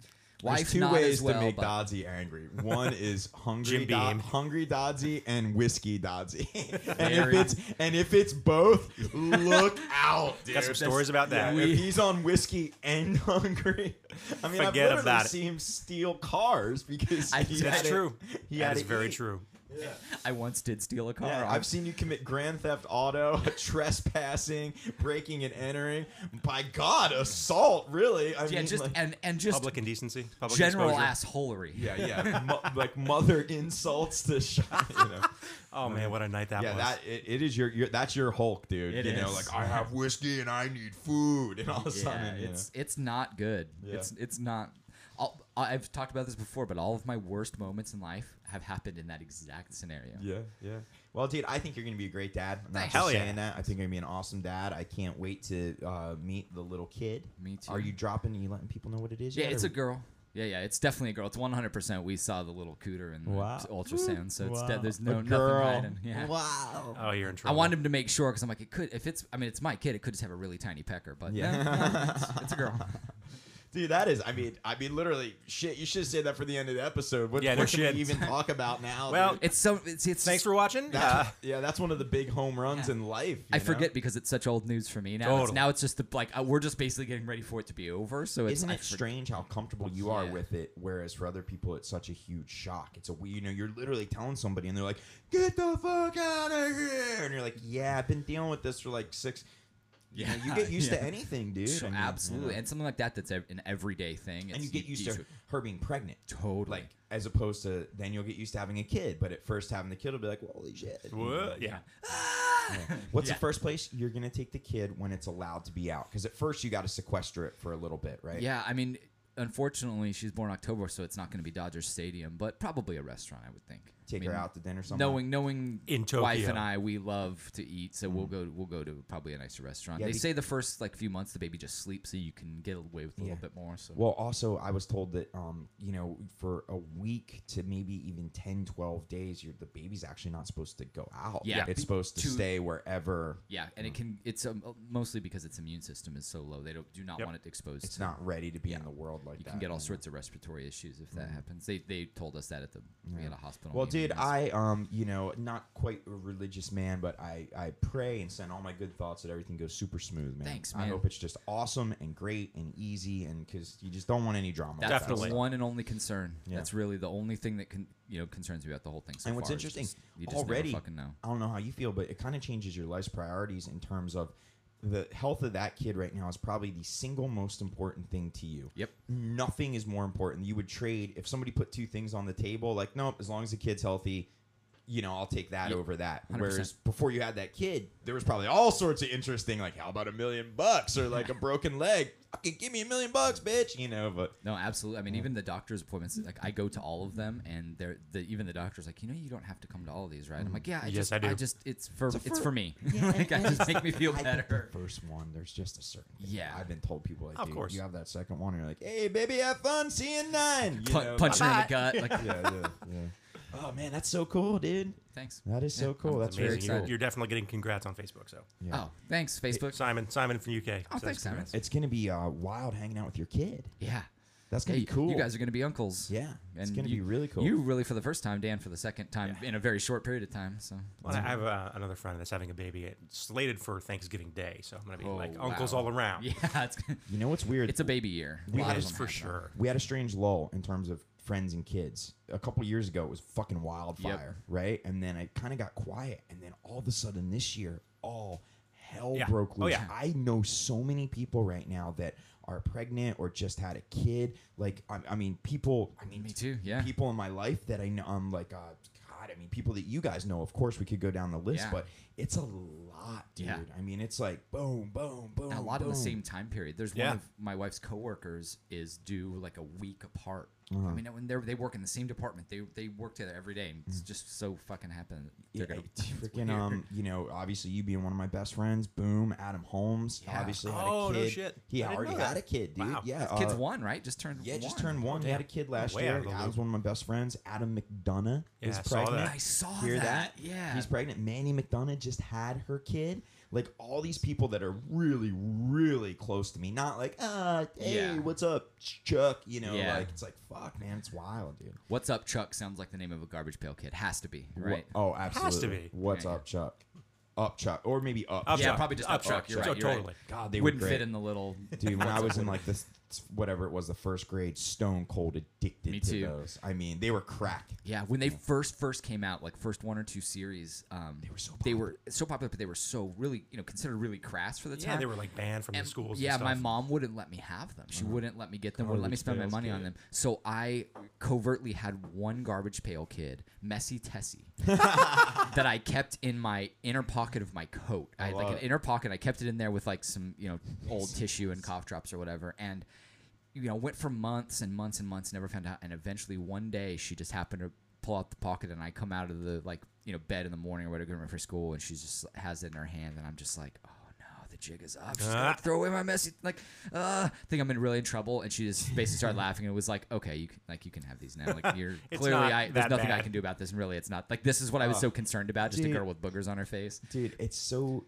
Speaker 2: There's
Speaker 1: Wife's
Speaker 2: two
Speaker 1: not
Speaker 2: ways
Speaker 1: as well,
Speaker 2: to make
Speaker 1: but-
Speaker 2: Dodzy angry. One *laughs* is hungry,
Speaker 3: Jim
Speaker 2: Do-
Speaker 3: Beam.
Speaker 2: hungry Dodzy, and whiskey Dodzy. *laughs* and if
Speaker 1: Very-
Speaker 2: it's and if it's
Speaker 1: *laughs*
Speaker 2: both, look out, dude.
Speaker 3: Got some stories about that.
Speaker 2: Yeah, if he's on whiskey and *laughs* hungry, I mean, I've
Speaker 3: Forget
Speaker 2: literally
Speaker 3: about it.
Speaker 2: seen him steal cars because
Speaker 1: I-
Speaker 2: he
Speaker 1: That's
Speaker 2: had it-
Speaker 3: true.
Speaker 2: He had
Speaker 3: that is
Speaker 2: it
Speaker 3: very
Speaker 2: eat.
Speaker 3: true.
Speaker 1: I once did steal a car.
Speaker 2: Yeah,
Speaker 1: off-
Speaker 2: I've seen you commit grand theft auto, *laughs* trespassing, breaking and entering. By God, assault! Really? I
Speaker 1: yeah,
Speaker 2: mean,
Speaker 3: *laughs*
Speaker 1: just
Speaker 2: like,
Speaker 1: and and just
Speaker 3: Public indecency. Public
Speaker 1: general
Speaker 3: exposure.
Speaker 1: assholery.
Speaker 2: yeah, yeah, mo- like mother insults to shot. *laughs* You know?
Speaker 3: Oh man, what a night that
Speaker 2: yeah,
Speaker 3: was.
Speaker 2: that it, it is your, your that's your Hulk, dude.
Speaker 1: It
Speaker 2: you know,
Speaker 1: is.
Speaker 2: like I have whiskey and I need food, *laughs* and all of a
Speaker 1: Yeah,
Speaker 2: sudden, you know.
Speaker 1: it's it's not good.
Speaker 2: Yeah.
Speaker 1: It's it's not. I'll, I've talked about this before, but all of my worst moments in life have happened in that exact scenario.
Speaker 2: Yeah, yeah. Well, dude, I think you're gonna be a great dad. I'm not
Speaker 1: Thanks.
Speaker 2: just
Speaker 3: Hell yeah.
Speaker 2: saying that. I think you're gonna be an awesome dad. I can't wait to uh, meet the little kid.
Speaker 1: Me too.
Speaker 2: Are you dropping? Are you letting people know what it is?
Speaker 1: Yeah,
Speaker 2: yet,
Speaker 1: it's
Speaker 2: or-
Speaker 1: a girl. Yeah, yeah, it's definitely a girl. It's 100%. We saw the little cooter in the
Speaker 2: Wow.
Speaker 1: ultrasound, so it's de-
Speaker 2: Wow.
Speaker 1: there's
Speaker 2: A
Speaker 1: no
Speaker 2: girl.
Speaker 1: nothing hiding. Yeah. Uh,
Speaker 2: Wow.
Speaker 3: oh, you're in
Speaker 1: I
Speaker 3: trouble.
Speaker 1: wanted him to make sure because I'm like, it could if it's. I mean, it's my kid. It could just have a really tiny pecker, but
Speaker 2: Yeah.
Speaker 1: yeah,
Speaker 2: *laughs*
Speaker 1: it's, it's a girl.
Speaker 2: Dude, that is. I mean, I mean, literally, shit. You should have said that for the end of the episode. What,
Speaker 3: Yeah, no
Speaker 2: what can
Speaker 3: shit.
Speaker 2: we even talk about now?
Speaker 3: Well,
Speaker 2: dude?
Speaker 1: It's so. It's, it's
Speaker 3: Thanks for watching.
Speaker 2: that's,
Speaker 3: Uh,
Speaker 2: yeah, that's one of the big home runs
Speaker 1: Yeah.
Speaker 2: in life. you
Speaker 1: I
Speaker 2: know?
Speaker 1: forget because it's such old news for me now. It's,
Speaker 3: Totally.
Speaker 1: now it's just the like uh, we're just basically getting ready for it to be over. So it's
Speaker 2: Isn't
Speaker 1: I
Speaker 2: it
Speaker 1: forget-
Speaker 2: strange how comfortable you are
Speaker 1: Yeah.
Speaker 2: with it, whereas for other people it's such a huge shock. It's a we- you know you're literally telling somebody and they're like, "Get the fuck out of here!" and you're like, "Yeah, I've been dealing with this for like six. You, know, you get used
Speaker 1: yeah. *laughs*
Speaker 2: to anything, dude.
Speaker 1: Sure,
Speaker 2: I mean, you know.
Speaker 1: absolutely, and something like that that's ev- an everyday thing.
Speaker 2: and you
Speaker 1: it's-
Speaker 2: get used to her being pregnant.
Speaker 1: totally.
Speaker 2: Like as opposed to then you'll get used to having a kid, but at first having the kid will be like, well, "Holy shit!"
Speaker 1: *laughs*
Speaker 3: what? Yeah.
Speaker 2: What's
Speaker 1: Yeah.
Speaker 2: the first place you're gonna take the kid when it's allowed to be out? Because at first you got to sequester it for a little bit, right?
Speaker 1: Yeah, I mean, unfortunately, she's born October, so it's not going to be Dodger Stadium, but probably a restaurant, I would think.
Speaker 2: Take
Speaker 1: I mean,
Speaker 2: her out to dinner somewhere.
Speaker 1: Knowing, knowing,
Speaker 3: In
Speaker 1: wife
Speaker 3: Tokyo.
Speaker 1: and I, we love to eat, so we'll go. We'll go to probably a nicer restaurant.
Speaker 2: Mm. Yeah,
Speaker 1: they
Speaker 2: be-
Speaker 1: say the first like few months the baby just sleeps, so you can get away with a little
Speaker 2: Yeah.
Speaker 1: bit more. So
Speaker 2: Well, also, I was told that, um, you know, for a week to maybe even 10, 12 days, you're, the baby's actually not supposed to go out.
Speaker 1: Yeah.
Speaker 2: It's supposed to,
Speaker 1: To-
Speaker 2: stay wherever
Speaker 1: yeah, and
Speaker 2: Mm.
Speaker 1: it can. It's um, mostly because its immune system is so low. They don't do not
Speaker 3: Yep.
Speaker 1: want it exposed.
Speaker 2: it's
Speaker 1: to,
Speaker 2: not ready to be in
Speaker 1: Yeah.
Speaker 2: the world like
Speaker 1: You
Speaker 2: that. Mm.
Speaker 1: can get all sorts of respiratory issues if that happens. They they told us that at the we had a hospital.
Speaker 2: Well,
Speaker 1: meeting
Speaker 2: dude,
Speaker 1: and it's-
Speaker 2: I, um, you know, not quite a religious man, but I, I pray and send all my good thoughts that everything goes super smooth, man.
Speaker 1: Thanks,
Speaker 2: I
Speaker 1: man.
Speaker 2: hope it's just awesome and great and easy, and because you just don't want any drama. with that
Speaker 1: That's
Speaker 3: Definitely.
Speaker 1: the
Speaker 2: stuff.
Speaker 1: one and only concern.
Speaker 2: Yeah.
Speaker 1: That's really the only thing that can you know concerns me about the whole thing. So
Speaker 2: and what's
Speaker 1: far is
Speaker 2: interesting,
Speaker 1: just- you just never
Speaker 2: already,
Speaker 1: fucking know.
Speaker 2: I don't know how you feel, but it kind of changes your life's priorities in terms of the health of that kid right now is probably the single most important thing to you.
Speaker 1: Yep.
Speaker 2: Nothing is more important. You would trade if somebody put two things on the table, like, nope, as long as the kid's healthy, you know, I'll take that
Speaker 1: Yep.
Speaker 2: over that.
Speaker 1: 100%.
Speaker 2: Whereas before you had that kid, there was probably all sorts of interesting, like, how about a million bucks or
Speaker 1: *laughs*
Speaker 2: like a broken leg? Fucking give me a million bucks, bitch. You know, but
Speaker 1: No, absolutely. I mean, even the doctor's appointments. Like, I go to all of them, and they're the, even the doctor's like, you know, you don't have to come to all of these, right? I'm like, yeah, I
Speaker 3: Yes,
Speaker 1: just,
Speaker 3: I do.
Speaker 1: just, it's for,
Speaker 2: Mm. It's
Speaker 1: it's,
Speaker 2: a fir- *laughs*
Speaker 1: for me. *laughs* like, I just make me feel
Speaker 2: I think
Speaker 1: better.
Speaker 2: the first one, there's just a certain. thing.
Speaker 1: Yeah.
Speaker 2: I've been told people like,
Speaker 3: Of
Speaker 2: Dude,
Speaker 3: course.
Speaker 2: you have that second one, and you're like, hey, baby, have fun seeing nine. You
Speaker 1: Pun-
Speaker 2: know,
Speaker 1: punch her
Speaker 2: *laughs*
Speaker 1: in the
Speaker 3: bye-bye.
Speaker 1: gut. Like,
Speaker 2: yeah, yeah, yeah. Oh man, that's so cool, dude.
Speaker 1: thanks.
Speaker 2: That is so
Speaker 1: Yeah,
Speaker 2: cool.
Speaker 1: I'm
Speaker 2: That's
Speaker 1: very
Speaker 2: really
Speaker 3: Amazing. You're-
Speaker 1: excited.
Speaker 3: You're, definitely getting congrats on Facebook. So
Speaker 2: Yeah.
Speaker 1: Oh, thanks, Facebook.
Speaker 3: Simon, Simon from UK.
Speaker 1: Oh,
Speaker 3: says
Speaker 1: thanks, Simon.
Speaker 3: congrats.
Speaker 2: It's gonna be uh, wild hanging out with your kid.
Speaker 1: Yeah.
Speaker 2: That's gonna
Speaker 1: Hey,
Speaker 2: be cool.
Speaker 1: You guys are gonna be uncles.
Speaker 2: yeah, it's
Speaker 1: And
Speaker 2: gonna
Speaker 1: you-
Speaker 2: be really cool.
Speaker 1: You really for the first time, Dan for the second time in a very short period of time. So
Speaker 3: Well, I have uh, another friend that's having a baby. It's slated for Thanksgiving Day, so I'm gonna be
Speaker 1: Oh,
Speaker 3: like uncles
Speaker 1: wow.
Speaker 3: all around.
Speaker 1: yeah, *laughs* it's,
Speaker 2: you know what's weird?
Speaker 1: it's a baby year. A
Speaker 2: We
Speaker 1: lot
Speaker 3: that
Speaker 1: of
Speaker 3: is
Speaker 1: them
Speaker 3: for
Speaker 1: have that.
Speaker 3: sure.
Speaker 2: we had a strange lull in terms of friends and kids. A couple years ago, it was fucking wildfire, right? And then it kind of got quiet, and then all of a sudden this year, all hell
Speaker 3: Yeah.
Speaker 2: broke
Speaker 3: Oh,
Speaker 2: loose.
Speaker 3: yeah.
Speaker 2: I know so many people right now that are pregnant or just had a kid. Like, I, I mean, people. I mean,
Speaker 1: Me too, yeah.
Speaker 2: People in my life that I know. I'm like, uh, God. I mean, people that you guys know. Of course, we could go down the list,
Speaker 1: Yeah.
Speaker 2: but it's a lot, dude.
Speaker 1: Yeah.
Speaker 2: I mean, it's like boom, boom, boom.
Speaker 1: And a lot in the
Speaker 2: boom.
Speaker 1: same time period. There's
Speaker 3: Yeah.
Speaker 1: one of my wife's coworkers is due like a week apart.
Speaker 2: Uh-huh.
Speaker 1: I mean, when they they work in the same department, they they work together every day. And it's just so fucking happen.
Speaker 2: Mm. Yeah,
Speaker 1: They're gonna *laughs*
Speaker 2: it's
Speaker 3: *laughs*
Speaker 2: freaking
Speaker 1: weird.
Speaker 2: um, you know, obviously you being one of my best friends, boom, Adam Holmes,
Speaker 1: Yeah.
Speaker 2: obviously had
Speaker 3: Oh,
Speaker 2: a
Speaker 3: no
Speaker 2: kid.
Speaker 3: shit.
Speaker 2: He
Speaker 3: I didn't
Speaker 2: already
Speaker 3: know that.
Speaker 2: had a kid, dude.
Speaker 3: Wow.
Speaker 2: Yeah,
Speaker 1: Kids
Speaker 2: uh,
Speaker 1: one, right? Just turned.
Speaker 2: Yeah, just
Speaker 1: one.
Speaker 2: turned one. He had a kid last
Speaker 3: Way
Speaker 2: year.
Speaker 3: out of the
Speaker 2: Adam's
Speaker 3: loop.
Speaker 2: one of my best friends. Adam McDonough
Speaker 3: Yeah,
Speaker 2: is
Speaker 3: I saw
Speaker 2: pregnant.
Speaker 3: that.
Speaker 1: I saw
Speaker 2: Hear
Speaker 1: that.
Speaker 2: that?
Speaker 1: Yeah.
Speaker 2: He's pregnant. Manny McDonough just had her kid. Like all these people that are really, really close to me. Not like, ah, hey,
Speaker 1: Yeah.
Speaker 2: what's up, Chuck? You know,
Speaker 1: Yeah.
Speaker 2: like it's like, fuck, man, it's wild, dude.
Speaker 1: What's up, Chuck? Sounds like the name of a garbage pail kid. Has to be right.
Speaker 2: Wha- Oh, absolutely.
Speaker 3: be.
Speaker 2: What's
Speaker 1: Yeah, yeah.
Speaker 2: up, Chuck? Up, Chuck, or maybe up.
Speaker 3: Up
Speaker 1: yeah,
Speaker 3: Chuck.
Speaker 1: probably just
Speaker 3: Up
Speaker 1: up Chuck.
Speaker 3: Chuck.
Speaker 1: You're
Speaker 3: So
Speaker 1: right. You're right.
Speaker 3: totally.
Speaker 2: God, they were *laughs*
Speaker 1: Wouldn't
Speaker 2: great.
Speaker 1: fit in the little.
Speaker 2: dude when i was in like the whatever it was, the first grade, stone cold addicted
Speaker 1: Me
Speaker 2: to
Speaker 1: too.
Speaker 2: those. I mean, they were crack.
Speaker 1: Yeah, when they first first came out, like first one or two series, um, they were
Speaker 2: so
Speaker 1: they were so popular, but they were so really you know considered really crass for the time.
Speaker 3: Yeah, they were like banned from
Speaker 1: And-
Speaker 3: the schools.
Speaker 1: Yeah,
Speaker 3: and
Speaker 1: my
Speaker 3: stuff.
Speaker 1: mom wouldn't let me have them. She wouldn't let me get them, wouldn't let me
Speaker 2: Garbage
Speaker 1: spend my
Speaker 2: pails
Speaker 1: money on
Speaker 2: kid.
Speaker 1: them. So I covertly had one garbage pail kid,
Speaker 3: *laughs*
Speaker 1: Messy Tessie, that I kept in my inner pocket of my coat. I, had like
Speaker 2: love
Speaker 1: an
Speaker 2: it.
Speaker 1: inner pocket. I kept it in there with like some you know old tissue and cough drops or whatever, and. You know, went for months and months and months, never found out. And eventually, one day, she just happened to pull out the pocket, and I come out of the like, you know, bed in the morning or whatever, getting ready for school, and she just has it in her hand, and I'm just like, oh no, the jig is up. She's gonna
Speaker 3: Ah.
Speaker 1: throw away my messy like uh think I'm in really in trouble and she just basically started laughing and was like okay you can, like you can have these now
Speaker 3: *laughs*
Speaker 1: like you're
Speaker 3: It's
Speaker 1: clearly
Speaker 3: not
Speaker 1: I there's
Speaker 3: that
Speaker 1: nothing I
Speaker 3: bad.
Speaker 1: can do about this and really it's not like this is what I was so concerned about just
Speaker 2: dude.
Speaker 1: a girl with boogers on her face
Speaker 2: Dude, it's so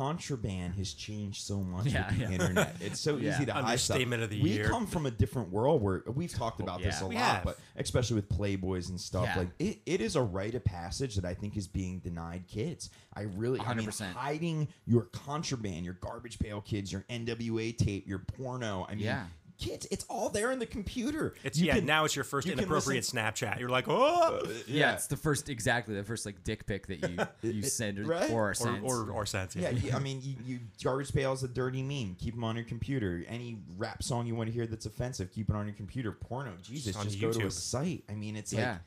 Speaker 2: contraband has changed so much
Speaker 1: Yeah,
Speaker 2: with the
Speaker 1: yeah. *laughs*
Speaker 2: internet. It's so
Speaker 1: Yeah.
Speaker 2: easy to hide stuff.
Speaker 3: Understatement of the
Speaker 2: we
Speaker 3: year.
Speaker 2: come from a different world where we've talked about this
Speaker 1: yeah.
Speaker 2: a
Speaker 1: We
Speaker 2: lot,
Speaker 3: have.
Speaker 2: but especially with Playboys and stuff,
Speaker 1: Yeah.
Speaker 2: like it, it is a rite of passage that I think is being denied kids. I really, I mean,
Speaker 1: 100%.
Speaker 2: hiding your contraband, your garbage pail kids, your NWA tape, your porno. I mean,
Speaker 1: Yeah.
Speaker 2: kids, it's all there in the computer.
Speaker 3: It's
Speaker 2: You
Speaker 3: yeah.
Speaker 2: can-
Speaker 3: now it's your first
Speaker 2: you can
Speaker 3: inappropriate Snapchat. You're like, oh,
Speaker 1: yeah. it's the first exactly the first like dick pic that you
Speaker 3: *laughs*
Speaker 1: you send or,
Speaker 2: right?
Speaker 1: or, are
Speaker 3: or
Speaker 1: sent.
Speaker 3: or, or sense.
Speaker 2: Yeah,
Speaker 1: *laughs*
Speaker 3: Yeah.
Speaker 2: you- I mean, you, you garbage pail's a dirty meme. Keep them on your computer. Any rap song you want to hear that's offensive, keep it on your computer. Porno, Jesus,
Speaker 3: Just on
Speaker 2: just go to a
Speaker 3: YouTube.
Speaker 2: site. I mean, it's
Speaker 1: Yeah.
Speaker 2: like,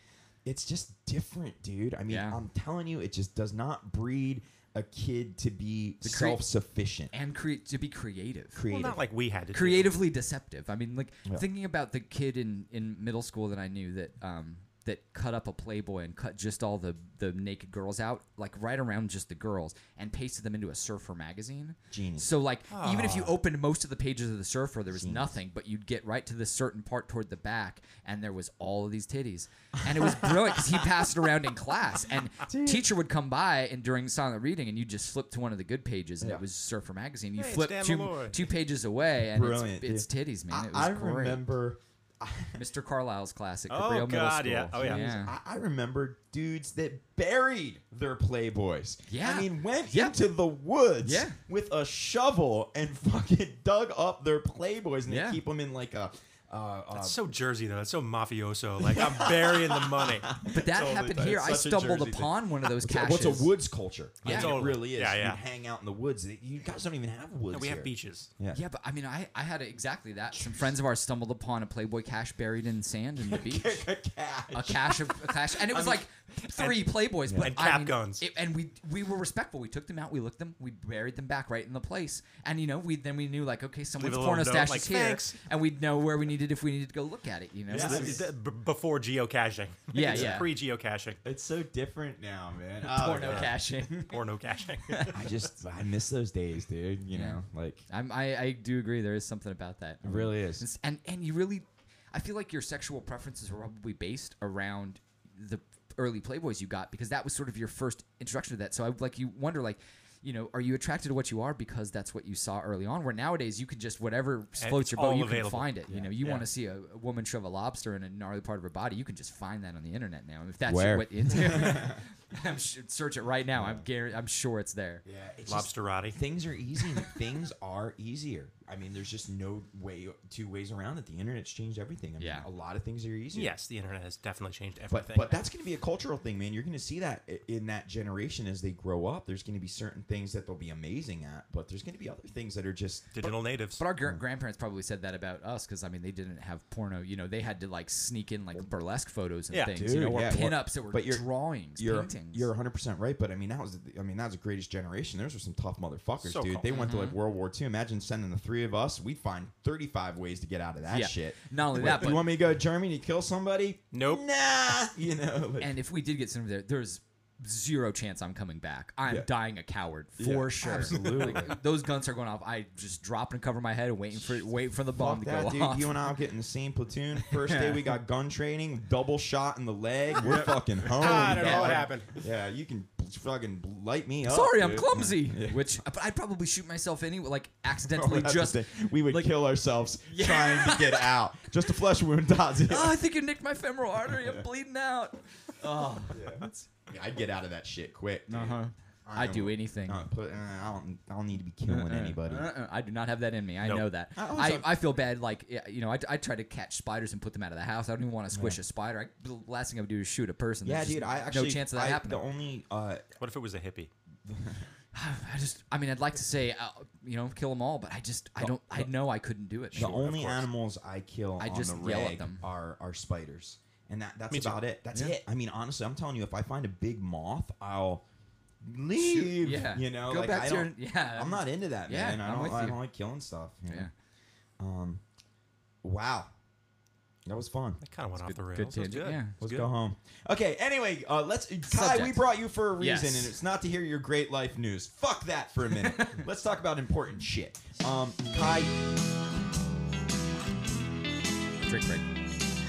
Speaker 2: it's just different, dude. I mean,
Speaker 1: Yeah.
Speaker 2: I'm telling you, it just does not breed a kid to be
Speaker 1: The crea-
Speaker 2: self sufficient,
Speaker 1: and create to be creative
Speaker 3: Well,
Speaker 2: creative.
Speaker 3: not like we had to. do.
Speaker 1: creatively deceptive. I mean, like
Speaker 2: Yeah.
Speaker 1: thinking about the kid in, in middle school that I knew that um, that cut up a Playboy and cut just all the the naked girls out, like right around just the girls, and pasted them into a Surfer magazine.
Speaker 2: Genius. Ah.
Speaker 1: So like even if you opened most of the pages of the Surfer, there was nothing, but you'd get right to this certain part toward the back, and there was all of these titties, and it was brilliant
Speaker 2: *laughs*
Speaker 1: because he passed it around in class, and teacher would come by and during silent reading, and you just flip to one of the good pages, and
Speaker 2: Yeah.
Speaker 1: it was Surfer magazine. You
Speaker 3: Hey, it's
Speaker 1: flip
Speaker 3: Dan
Speaker 1: two,
Speaker 3: Malloy.
Speaker 1: two pages away, and
Speaker 2: Brilliant,
Speaker 1: it's, it's titties, man.
Speaker 2: I,
Speaker 1: It was
Speaker 2: I
Speaker 1: great.
Speaker 2: remember.
Speaker 1: Mr. Carlisle's classic.
Speaker 3: Oh,
Speaker 1: Cabrillo Middle
Speaker 3: God,
Speaker 1: School.
Speaker 3: yeah. Oh, yeah.
Speaker 2: I, I remember dudes that buried their playboys.
Speaker 1: Yeah.
Speaker 2: I mean, went
Speaker 1: Yeah.
Speaker 2: into the woods
Speaker 1: Yeah.
Speaker 2: with a shovel and *laughs* fucking dug up their playboys and
Speaker 1: Yeah.
Speaker 2: they keep them in like a. Uh, uh,
Speaker 3: It's so Jersey though. It's so mafioso. Like I'm burying the money.
Speaker 1: But that
Speaker 2: Totally
Speaker 1: happened
Speaker 2: fine.
Speaker 1: here.
Speaker 2: It's
Speaker 1: I
Speaker 2: such a
Speaker 1: stumbled
Speaker 2: Jersey thing.
Speaker 1: upon one of those
Speaker 2: what's a-
Speaker 1: caches.
Speaker 2: what's a woods culture? I
Speaker 1: Yeah.
Speaker 2: mean, it
Speaker 3: Totally.
Speaker 2: really is.
Speaker 3: Yeah, yeah.
Speaker 2: You hang out in the woods. You guys don't even have woods.
Speaker 3: No, we have
Speaker 2: here.
Speaker 3: beaches.
Speaker 2: Yeah. *laughs*
Speaker 1: Yeah, but I mean, I, I had exactly that. Some friends of ours stumbled upon a Playboy cache buried in
Speaker 2: *laughs*
Speaker 1: sand in the beach. a cache of a cache, and it was
Speaker 2: mean-
Speaker 1: like three Playboys, but
Speaker 3: And
Speaker 1: I
Speaker 3: cap
Speaker 1: mean,
Speaker 3: guns.
Speaker 1: it- and we we were respectful. We took them out, we looked them, we buried them back right in the place, and you know we then we knew like okay, someone's
Speaker 3: it alone,
Speaker 1: porno
Speaker 3: though.
Speaker 1: stash
Speaker 3: Like,
Speaker 1: is here,
Speaker 3: thanks.
Speaker 1: and we'd know where we needed if we needed to go look at it. You know,
Speaker 2: Yeah.
Speaker 3: So
Speaker 1: So
Speaker 3: this is
Speaker 1: it's-
Speaker 3: the- b- before geocaching. *laughs*
Speaker 1: Yeah,
Speaker 3: It's
Speaker 1: yeah.
Speaker 3: Pre geocaching.
Speaker 2: It's so different now, man. Oh,
Speaker 1: porno
Speaker 2: God.
Speaker 3: *laughs*
Speaker 1: caching.
Speaker 3: Porno caching.
Speaker 2: I just I miss those days, dude. You know, like
Speaker 1: *laughs* I'm, I I do agree. There is something about that.
Speaker 2: it really is.
Speaker 1: It's- and and you really i feel like your sexual preferences were probably based around the early playboys you got because that was sort of your first introduction to that so i like you wonder like you know, are you attracted to what you are because that's what you saw early on? Where nowadays you can just whatever floats your boat,
Speaker 3: all
Speaker 1: you
Speaker 3: available.
Speaker 1: can find it. You know, you
Speaker 3: yeah.
Speaker 1: want to see a, a woman shove a lobster in a gnarly part of her body, you can just find that on the internet now. If that's
Speaker 2: Where?
Speaker 1: what
Speaker 3: *laughs*
Speaker 1: you're into, *laughs* I'm sh- search it right now. I'm guar- I'm sure it's there.
Speaker 2: Yeah, it's just-
Speaker 3: Lobsterati.
Speaker 2: things are easy and things are easier i mean there's just no way two ways around it the internet's changed everything I mean,
Speaker 1: Yeah.
Speaker 2: a lot of things are easier
Speaker 3: Yes, the internet has definitely changed
Speaker 2: but
Speaker 3: everything.
Speaker 2: but that's going to be a cultural thing man you're going to see that i- in that generation as they grow up there's going to be certain things that they'll be amazing at but there's going to be other things that are just
Speaker 3: Digital natives.
Speaker 1: But our gr- grandparents probably said that about us because I mean they didn't have porno. You know, they had to like sneak in like burlesque photos and
Speaker 3: Yeah.
Speaker 1: things. you know, or
Speaker 2: yeah, well,
Speaker 1: pinups that were
Speaker 2: but you're-
Speaker 1: drawings,
Speaker 2: you're
Speaker 1: paintings.
Speaker 2: you're 100 percent right, but I mean that was the- I mean that was the greatest generation. Those were some tough motherfuckers,
Speaker 3: So
Speaker 2: dude.
Speaker 3: cool.
Speaker 2: They went to like
Speaker 1: Mm-hmm.
Speaker 2: World War II. Imagine sending the three of us. We'd find 35 ways to get out of that
Speaker 1: Yeah.
Speaker 2: shit.
Speaker 1: Not only
Speaker 2: Wait,
Speaker 1: that, but-
Speaker 2: you want me to go to Germany to kill somebody? *laughs*
Speaker 3: Nope.
Speaker 2: Nah. You know. like-
Speaker 1: and if we did get some of there, there's zero chance I'm coming back. I'm
Speaker 2: Yeah.
Speaker 1: dying a coward for
Speaker 2: Yeah,
Speaker 1: sure.
Speaker 2: absolutely.
Speaker 1: Like, *laughs* those guns are going off. I just drop and cover my head and waiting for wait for the bomb
Speaker 2: Fuck
Speaker 1: to
Speaker 2: that,
Speaker 1: go
Speaker 2: dude.
Speaker 1: off. *laughs*
Speaker 2: You and I will get in the same platoon. First day we got gun training, double shot in the leg. We're
Speaker 1: *laughs*
Speaker 2: fucking home.
Speaker 3: I don't know what
Speaker 2: dog.
Speaker 3: happened.
Speaker 2: Yeah, you can fucking light me up.
Speaker 1: Sorry, I'm
Speaker 2: dude.
Speaker 1: clumsy.
Speaker 2: *laughs* Yeah.
Speaker 1: Which but I'd probably shoot
Speaker 2: *laughs*
Speaker 1: myself anyway, like
Speaker 2: Oh,
Speaker 1: accidentally.
Speaker 2: that's *laughs*
Speaker 1: just
Speaker 2: the thing. we would
Speaker 1: like-
Speaker 2: kill ourselves
Speaker 1: *laughs* Yeah.
Speaker 2: trying to get out. Just a flesh wound, *laughs* that's
Speaker 1: *laughs*
Speaker 2: it.
Speaker 1: oh, I think you nicked my
Speaker 2: *laughs*
Speaker 1: femoral artery. I'm bleeding out. Oh, *laughs*
Speaker 2: Yeah, I'd get out of that shit quick. dude.
Speaker 1: Uh-huh. I'd do anything.
Speaker 2: Uh, put, uh, I don't. I don't need to be killing
Speaker 1: Uh-uh.
Speaker 2: anybody.
Speaker 1: Uh-uh. I do not have that in me. I
Speaker 3: Nope.
Speaker 1: know that.
Speaker 2: I
Speaker 1: I,
Speaker 2: also-
Speaker 1: I feel bad. Like yeah, you know, I, I try to catch spiders and put them out of the house. I don't even want to squish a spider. I, the last thing I would do is shoot a person.
Speaker 2: Yeah,
Speaker 1: There's just
Speaker 2: dude. I actually
Speaker 1: no chance of that
Speaker 2: I-
Speaker 1: happening.
Speaker 2: The only uh,
Speaker 3: What if it was a hippie?
Speaker 1: *sighs* I just, I mean, I'd like to say, uh, you know, kill them all, but I just, I don't, I know I couldn't do it.
Speaker 2: the
Speaker 1: Sure.
Speaker 2: only
Speaker 3: course.
Speaker 2: animals I kill
Speaker 1: I
Speaker 2: on
Speaker 1: just
Speaker 2: the
Speaker 1: yell at
Speaker 2: reg
Speaker 1: them.
Speaker 2: are are spiders, and that that's
Speaker 3: Me too.
Speaker 2: about it. That's
Speaker 1: Yeah.
Speaker 2: it. I mean, honestly, I'm telling you, if I find a big moth, I'll leave.
Speaker 1: yeah.
Speaker 2: you know,
Speaker 1: Go
Speaker 2: like,
Speaker 1: back
Speaker 2: I
Speaker 1: to your-
Speaker 2: don't-
Speaker 1: *laughs* yeah.
Speaker 2: I'm not into that,
Speaker 1: Yeah,
Speaker 2: man. I
Speaker 1: I'm
Speaker 2: don't.
Speaker 1: with
Speaker 2: I
Speaker 1: you.
Speaker 2: don't like killing stuff. you know?
Speaker 1: Yeah.
Speaker 2: Um. Wow. That was fun.
Speaker 3: That kind of went off
Speaker 1: good-
Speaker 3: the
Speaker 1: good
Speaker 3: rails. That's
Speaker 1: tangent,
Speaker 3: good.
Speaker 1: yeah.
Speaker 3: That's
Speaker 2: Let's
Speaker 3: good.
Speaker 2: go home. Okay. Anyway, uh, let's. Kai, we
Speaker 1: Subject.
Speaker 2: brought you for a reason,
Speaker 1: Yes.
Speaker 2: and it's not to hear your great life news. Fuck that for a
Speaker 1: *laughs*
Speaker 2: minute. let's talk about important shit. Um, Kai,
Speaker 1: Drink break.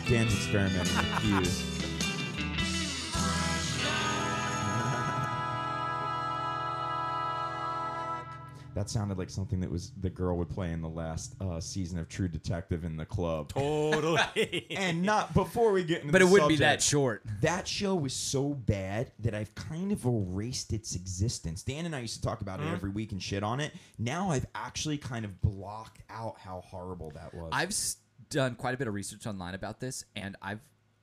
Speaker 2: Dan's experimenting with
Speaker 1: *laughs*
Speaker 2: cues. That sounded like something that was the girl would play in the last uh, season of True Detective in the club.
Speaker 3: *laughs* Totally. Oh,
Speaker 2: And not before we get into
Speaker 1: But
Speaker 2: the
Speaker 1: it wouldn't be
Speaker 2: subject.
Speaker 1: that short.
Speaker 2: That show was so bad that I've kind of erased its existence. Dan and I used to talk about it
Speaker 1: Uh-huh.
Speaker 2: every week and shit on it. Now I've actually kind of blocked out how horrible that was.
Speaker 1: I've s- done quite a bit of research online about this, and I've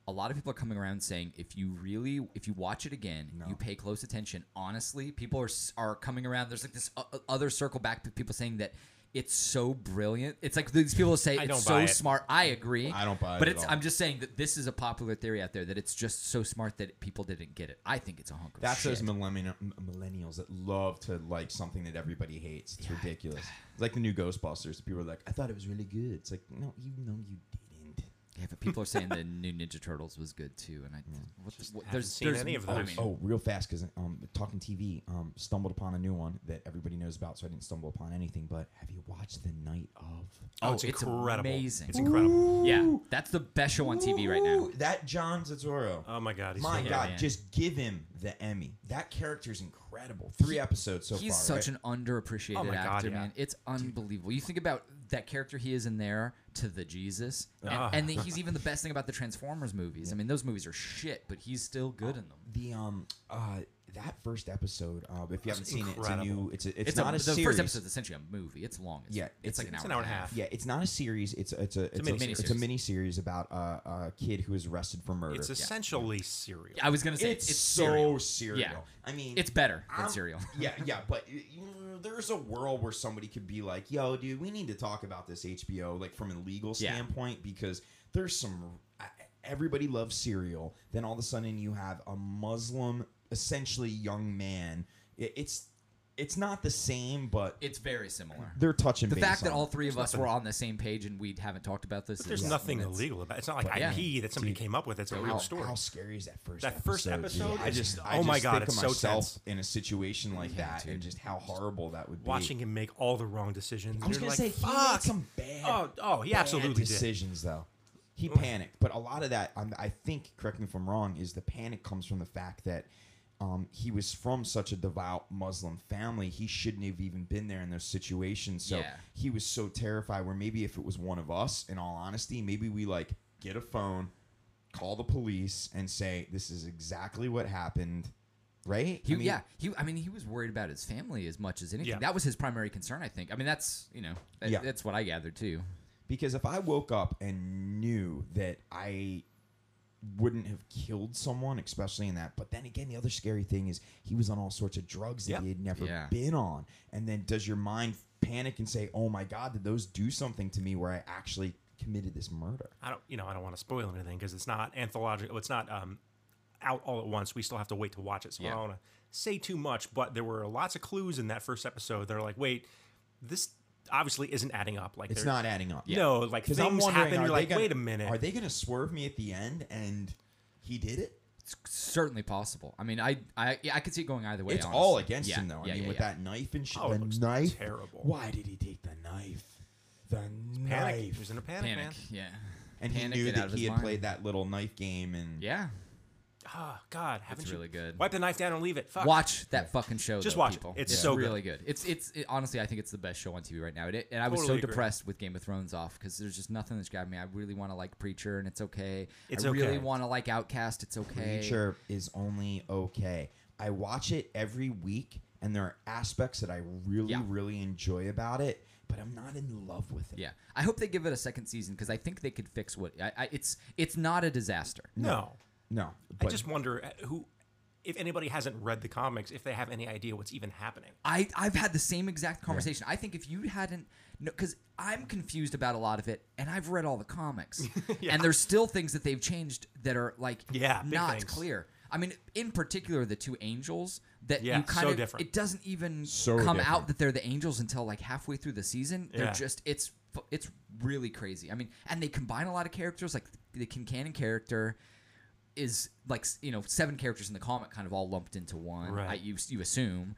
Speaker 1: a lot of people are coming around saying if you really if you watch it again, you pay close attention. Honestly, people are s- are coming around. There's like this o- other circle back to people saying that. It's so brilliant. It's like these
Speaker 2: *laughs*
Speaker 1: people say
Speaker 3: I
Speaker 1: it's
Speaker 3: don't
Speaker 1: so
Speaker 3: buy it.
Speaker 1: smart. I agree.
Speaker 2: I don't buy it
Speaker 1: But
Speaker 2: at
Speaker 1: it's
Speaker 2: all.
Speaker 1: I'm just saying that this is a popular theory out there that it's just so smart that people didn't get it. I think it's a hunk of
Speaker 2: That's
Speaker 1: shit.
Speaker 2: those millennial, m- millennials that love to like something that everybody hates. It's ridiculous. It's like the new Ghostbusters. People are like, I thought it was really good. It's like, no, you know you didn't.
Speaker 1: yeah, but people are
Speaker 2: *laughs*
Speaker 1: saying the new Ninja Turtles was good too, and I what, what,
Speaker 3: haven't
Speaker 1: there's
Speaker 3: seen
Speaker 1: there's
Speaker 3: any of
Speaker 1: I
Speaker 3: those.
Speaker 1: mean,
Speaker 2: Oh, real fast, because um, talking TV, um, stumbled upon a new one that everybody knows about, so I didn't stumble upon anything. But have you watched The Night of?
Speaker 1: Oh,
Speaker 3: Oh, it's
Speaker 1: it's
Speaker 3: incredible.
Speaker 1: amazing.
Speaker 3: It's incredible.
Speaker 1: Yeah, that's the best show on TV right now.
Speaker 2: Ooh, That John Turturro.
Speaker 3: Oh my god. He's
Speaker 2: My
Speaker 3: so good.
Speaker 2: God,
Speaker 1: man.
Speaker 2: just give him the Emmy. That character's incredible. Three episodes so
Speaker 1: He's
Speaker 2: far.
Speaker 1: such
Speaker 2: right?
Speaker 1: an underappreciated
Speaker 3: Oh my God,
Speaker 1: actor,
Speaker 3: yeah.
Speaker 1: man. It's unbelievable. You think about that character he is in there to the Jesus, and,
Speaker 3: Ah.
Speaker 1: and
Speaker 2: *laughs*
Speaker 1: he's even the best thing about the Transformers movies. I mean, those movies are shit, but he's still good in them.
Speaker 2: the um uh that first episode. Uh, if you haven't seen it, it's a new.
Speaker 3: incredible.
Speaker 2: It's a, it's,
Speaker 1: It's,
Speaker 2: not a,
Speaker 1: a, the
Speaker 2: series.
Speaker 1: first episode's essentially a movie. It's long. It's,
Speaker 2: Yeah, it's-
Speaker 1: it's, like an
Speaker 3: it's
Speaker 1: hour,
Speaker 3: an hour and a half.
Speaker 2: Yeah, it's not a series. It's it's a it's,
Speaker 3: a
Speaker 2: a,
Speaker 3: miniseries.
Speaker 2: it's a mini series about uh, a kid who is arrested for murder.
Speaker 3: It's essentially serial.
Speaker 1: I was gonna say it's,
Speaker 2: It's so
Speaker 1: serial.
Speaker 2: serial.
Speaker 1: Yeah.
Speaker 2: I mean,
Speaker 1: It's better than
Speaker 2: I'm-
Speaker 1: serial.
Speaker 2: *laughs* yeah, yeah, but y- y- there's a world where somebody could be like, "Yo, dude, we need to talk about this HBO like from a legal
Speaker 1: Yeah.
Speaker 2: standpoint because there's some I- everybody loves serial. Then all of a sudden you have a Muslim, essentially young man. It, it's it's not the same, but
Speaker 1: It's very similar.
Speaker 2: they're touching.
Speaker 1: The
Speaker 2: base
Speaker 1: fact that
Speaker 2: on
Speaker 1: all
Speaker 2: it.
Speaker 1: three of us were on the same page and we haven't talked about this.
Speaker 3: But there's
Speaker 1: is-
Speaker 3: nothing
Speaker 1: it's-
Speaker 3: illegal about it. It's not like
Speaker 1: yeah.
Speaker 3: IP that somebody came up with. It's a
Speaker 2: how,
Speaker 3: real story.
Speaker 2: How scary is that first?
Speaker 3: That first
Speaker 2: dude?
Speaker 3: episode
Speaker 2: I
Speaker 3: is-
Speaker 2: just,
Speaker 3: oh my God,
Speaker 2: think
Speaker 3: it's
Speaker 2: of
Speaker 3: so
Speaker 2: myself
Speaker 3: tense.
Speaker 2: in a situation like
Speaker 1: Yeah,
Speaker 2: that,
Speaker 1: dude.
Speaker 2: and just how horrible that would be.
Speaker 3: Watching him make all the wrong decisions.
Speaker 2: I was gonna
Speaker 3: You're like,
Speaker 2: say he made
Speaker 3: fuck.
Speaker 2: some bad.
Speaker 3: Oh, oh, he
Speaker 2: bad
Speaker 3: absolutely did.
Speaker 2: decisions though. He panicked, but a lot of that, um, I think, correct me if I'm wrong, is the panic comes from the fact that um, he was from such a devout Muslim family. He shouldn't have even been there in those situations. So
Speaker 1: Yeah.
Speaker 2: he was so terrified. Where maybe if it was one of us, in all honesty, maybe we like get a phone, call the police, and say this is exactly what happened, right?
Speaker 1: He,
Speaker 2: I mean,
Speaker 1: yeah, he. I mean, he was worried about his family as much as anything.
Speaker 3: Yeah.
Speaker 1: That was his primary concern, I think. I mean, that's you know, that-
Speaker 2: Yeah.
Speaker 1: that's what I gathered too.
Speaker 2: Because if I woke up and knew that I wouldn't have killed someone, especially in that, but then again, the other scary thing is he was on all sorts of drugs that
Speaker 3: Yeah.
Speaker 2: he had never
Speaker 1: Yeah.
Speaker 2: been on. And then does your mind panic and say, oh my God, did those do something to me where I actually committed this murder?
Speaker 3: I don't, you know, I don't want to spoil anything because it's not anthological. It's not um, out all at once. We still have to wait to watch it, so I
Speaker 1: Yeah.
Speaker 3: don't want to say too much. But there were lots of clues in that first episode. They're like, wait, this obviously isn't adding up. Like,
Speaker 2: It's
Speaker 3: there-
Speaker 2: not adding up.
Speaker 3: No, like
Speaker 2: Because
Speaker 3: things
Speaker 2: I'm wondering,
Speaker 3: happen.
Speaker 2: are
Speaker 3: You're
Speaker 2: they
Speaker 3: like,
Speaker 2: gonna-
Speaker 3: wait a minute.
Speaker 2: Are they going to swerve me at the end and he did it?
Speaker 1: It's certainly possible. I mean, I I yeah, I could see it going either way.
Speaker 2: It's all
Speaker 1: honestly.
Speaker 2: against
Speaker 1: Yeah,
Speaker 2: him, though.
Speaker 1: yeah,
Speaker 2: I mean,
Speaker 1: yeah,
Speaker 2: with
Speaker 1: yeah.
Speaker 2: that knife and shit.
Speaker 3: Oh, it
Speaker 2: the
Speaker 3: looks
Speaker 2: knife.
Speaker 3: terrible.
Speaker 2: Why did he take the knife? The
Speaker 3: panic. He
Speaker 2: knife.
Speaker 3: was in a panic,
Speaker 1: panic,
Speaker 3: man.
Speaker 1: yeah,
Speaker 2: and he
Speaker 1: Panic
Speaker 2: knew
Speaker 1: it out
Speaker 2: that
Speaker 1: of
Speaker 2: he
Speaker 1: his
Speaker 2: had
Speaker 1: mind.
Speaker 2: played that little knife game and
Speaker 1: Yeah,
Speaker 3: Oh God, haven't you-
Speaker 1: really good.
Speaker 3: Wipe the knife down and leave it. Fuck.
Speaker 1: watch that fucking show.
Speaker 3: Just
Speaker 1: though,
Speaker 3: watch it.
Speaker 1: people.
Speaker 3: It's so good.
Speaker 1: really good. It's it's it, honestly, I think it's the best show on TV right now. It, and I was
Speaker 3: Totally
Speaker 1: so
Speaker 3: agree.
Speaker 1: depressed with Game of Thrones off because there's just nothing that's grabbed me. I really want to like Preacher, and it's okay.
Speaker 3: It's
Speaker 1: I really
Speaker 3: okay.
Speaker 1: want to like Outcast. It's okay.
Speaker 2: Preacher is only okay. I watch it every week, and there are aspects that I really,
Speaker 1: Yeah.
Speaker 2: really enjoy about it, but I'm not in love with it.
Speaker 1: Yeah, I hope they give it a second season because I think they could fix what I, I, it's. It's not a disaster.
Speaker 3: No.
Speaker 2: No,
Speaker 3: I
Speaker 2: but
Speaker 3: just wonder uh, who, if anybody hasn't read the comics, if they have any idea what's even happening.
Speaker 1: I I've had the same exact conversation. I think if you hadn't, because I'm confused about a lot of it, and I've read all the comics,
Speaker 3: *laughs* Yeah.
Speaker 1: and there's still things that they've changed that are like
Speaker 3: Yeah, big
Speaker 1: not
Speaker 3: things.
Speaker 1: clear. I mean, in particular, the two angels that
Speaker 3: Yeah,
Speaker 1: you kind
Speaker 3: so
Speaker 1: of
Speaker 3: different.
Speaker 1: it doesn't even
Speaker 2: So
Speaker 1: come
Speaker 2: different.
Speaker 1: out that they're the angels until like halfway through the season. They're
Speaker 3: Yeah.
Speaker 1: just it's fu- it's really crazy. I mean, and they combine a lot of characters like the Kincannon character is like s- you know seven characters in the comic kind of all lumped into one.
Speaker 3: Right.
Speaker 1: I, you you assume.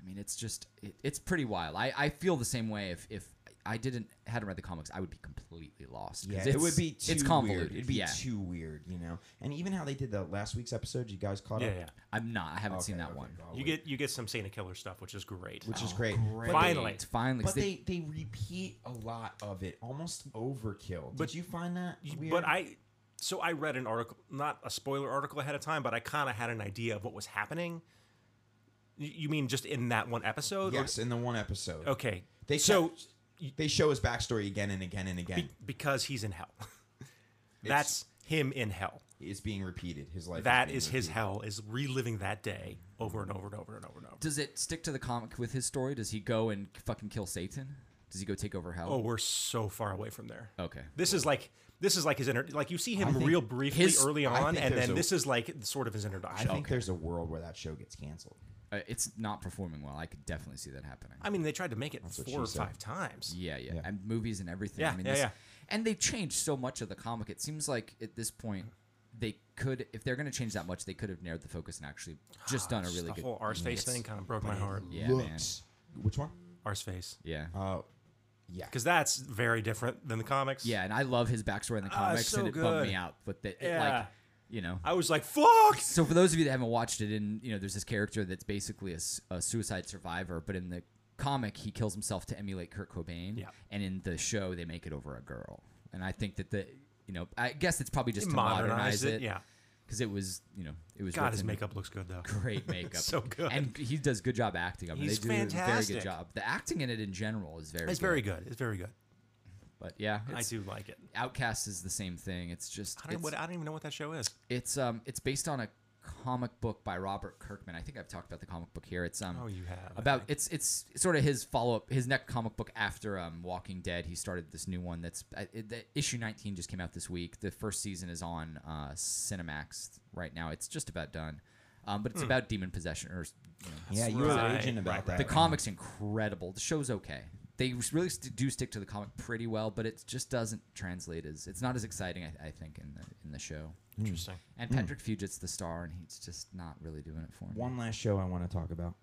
Speaker 1: I mean, it's just it, it's pretty wild. I, I feel the same way. If if I didn't hadn't read the comics, I would be completely lost. 'cause
Speaker 2: Yeah,
Speaker 1: it's,
Speaker 2: it would be too
Speaker 1: it's convoluted.
Speaker 2: weird. It'd be
Speaker 1: yeah,
Speaker 2: too weird, you know. And even how they did the last week's episode, you guys caught
Speaker 3: Yeah,
Speaker 2: up.
Speaker 3: yeah.
Speaker 1: I'm not. I haven't
Speaker 2: Okay,
Speaker 1: seen that
Speaker 2: okay,
Speaker 1: one. Oh,
Speaker 2: I'll
Speaker 3: You
Speaker 2: wait.
Speaker 3: get you get some Saint Killer stuff, which is great.
Speaker 2: which is great.
Speaker 1: Great.
Speaker 3: Finally.
Speaker 1: finally.
Speaker 2: But
Speaker 1: They-
Speaker 2: they, they repeat a lot of it, almost overkill. Did
Speaker 3: But-
Speaker 2: you find that
Speaker 3: You-
Speaker 2: weird?
Speaker 3: But I, so I read an article, not a spoiler article ahead of time, but I kind of had an idea of what was happening. Y- You mean just in that one episode? or-
Speaker 2: yes, in the one episode,
Speaker 3: Okay.
Speaker 2: they
Speaker 3: so
Speaker 2: kept- they show his backstory again and again and again.
Speaker 3: because he's in hell. *laughs* That's him in hell.
Speaker 2: it's being repeated. His life.
Speaker 3: That
Speaker 2: being
Speaker 3: is his
Speaker 2: repeated.
Speaker 3: hell. Is reliving that day over and over and over and over and over.
Speaker 1: does it stick to the comic with his story? Does he go and fucking kill Satan? Does he go take over hell?
Speaker 3: Oh, we're so far away from there.
Speaker 1: Okay.
Speaker 3: This is like this is like his inner like you see him
Speaker 2: I think
Speaker 3: real briefly
Speaker 1: his-
Speaker 3: early
Speaker 2: I
Speaker 3: on,
Speaker 2: think
Speaker 3: and
Speaker 2: there's
Speaker 3: then
Speaker 2: a-
Speaker 3: this is like sort of his
Speaker 2: I
Speaker 3: introduction.
Speaker 2: think there's a world where that show gets canceled.
Speaker 1: Uh, it's not performing well. I could definitely see that happening.
Speaker 3: I mean, they tried to make it
Speaker 2: what
Speaker 3: four
Speaker 2: she
Speaker 3: or
Speaker 2: said.
Speaker 3: five times.
Speaker 1: Yeah, yeah,
Speaker 2: Yeah.
Speaker 1: and movies and everything.
Speaker 3: Yeah,
Speaker 1: I mean,
Speaker 3: yeah,
Speaker 1: this,
Speaker 3: yeah.
Speaker 1: And they've changed so much of the comic. It seems like at this point, they could, if they're going to change that much, they could have narrowed the focus and actually just done
Speaker 3: Ah,
Speaker 1: a
Speaker 3: Just
Speaker 1: really
Speaker 3: the
Speaker 1: good.
Speaker 3: whole arse face
Speaker 1: Yes.
Speaker 3: thing kind of broke my heart.
Speaker 1: Yeah, man.
Speaker 2: Looks. Which one?
Speaker 3: Arse face,
Speaker 1: Yeah,
Speaker 2: Oh, yeah.
Speaker 3: because that's very different than the comics.
Speaker 1: yeah, and I love his backstory in the
Speaker 3: Ah,
Speaker 1: comics,
Speaker 3: so
Speaker 1: and it bummed me
Speaker 3: good.
Speaker 1: out. But that, it, like,
Speaker 3: Yeah.
Speaker 1: you know.
Speaker 3: I was like, fuck.
Speaker 1: So for those of you that haven't watched it, in you know, there's this character that's basically a, s- a suicide survivor, but in the comic, he kills himself to emulate Kurt Cobain.
Speaker 3: Yeah.
Speaker 1: And in the show, they make it over a girl, and I think that the. You know, I guess it's probably just to
Speaker 3: Modernized
Speaker 1: modernize it.
Speaker 3: Yeah.
Speaker 1: because it was you know it was
Speaker 3: God, his
Speaker 1: written-
Speaker 3: makeup looks good though.
Speaker 1: *laughs* great makeup
Speaker 3: *laughs* So good.
Speaker 1: and he does good job acting I mean,
Speaker 3: He's
Speaker 1: they do a very
Speaker 3: fantastic.
Speaker 1: good job the acting in it in general is very
Speaker 3: It's
Speaker 1: good.
Speaker 3: very good. It's very good.
Speaker 1: but yeah
Speaker 3: I
Speaker 1: it's,
Speaker 3: do like it.
Speaker 1: Outcast is the same thing it's just
Speaker 3: I don't,
Speaker 1: it's,
Speaker 3: what, I don't even know what that show is.
Speaker 1: it's um it's based on a comic book by Robert Kirkman I think I've talked about the comic book here it's um
Speaker 3: Oh, you have I
Speaker 1: about
Speaker 3: think.
Speaker 1: it's it's sort of his follow up his next comic book after um Walking Dead he started this new one that's uh, it- the issue 19 just came out this week the first season is on uh Cinemax right now it's just about done um
Speaker 3: Hmm.
Speaker 1: but it's about demon possession or you know,
Speaker 2: yeah, you were
Speaker 3: Right,
Speaker 2: raging about
Speaker 3: right,
Speaker 2: that.
Speaker 1: the comic's incredible. The show's okay. They really st- do stick to the comic pretty well, but it just doesn't translate as it's not as exciting, I, I think, in the in the show.
Speaker 3: interesting.
Speaker 1: And Patrick Fugit's the star, and he's just not really doing it for me.
Speaker 2: One last show I want to talk about.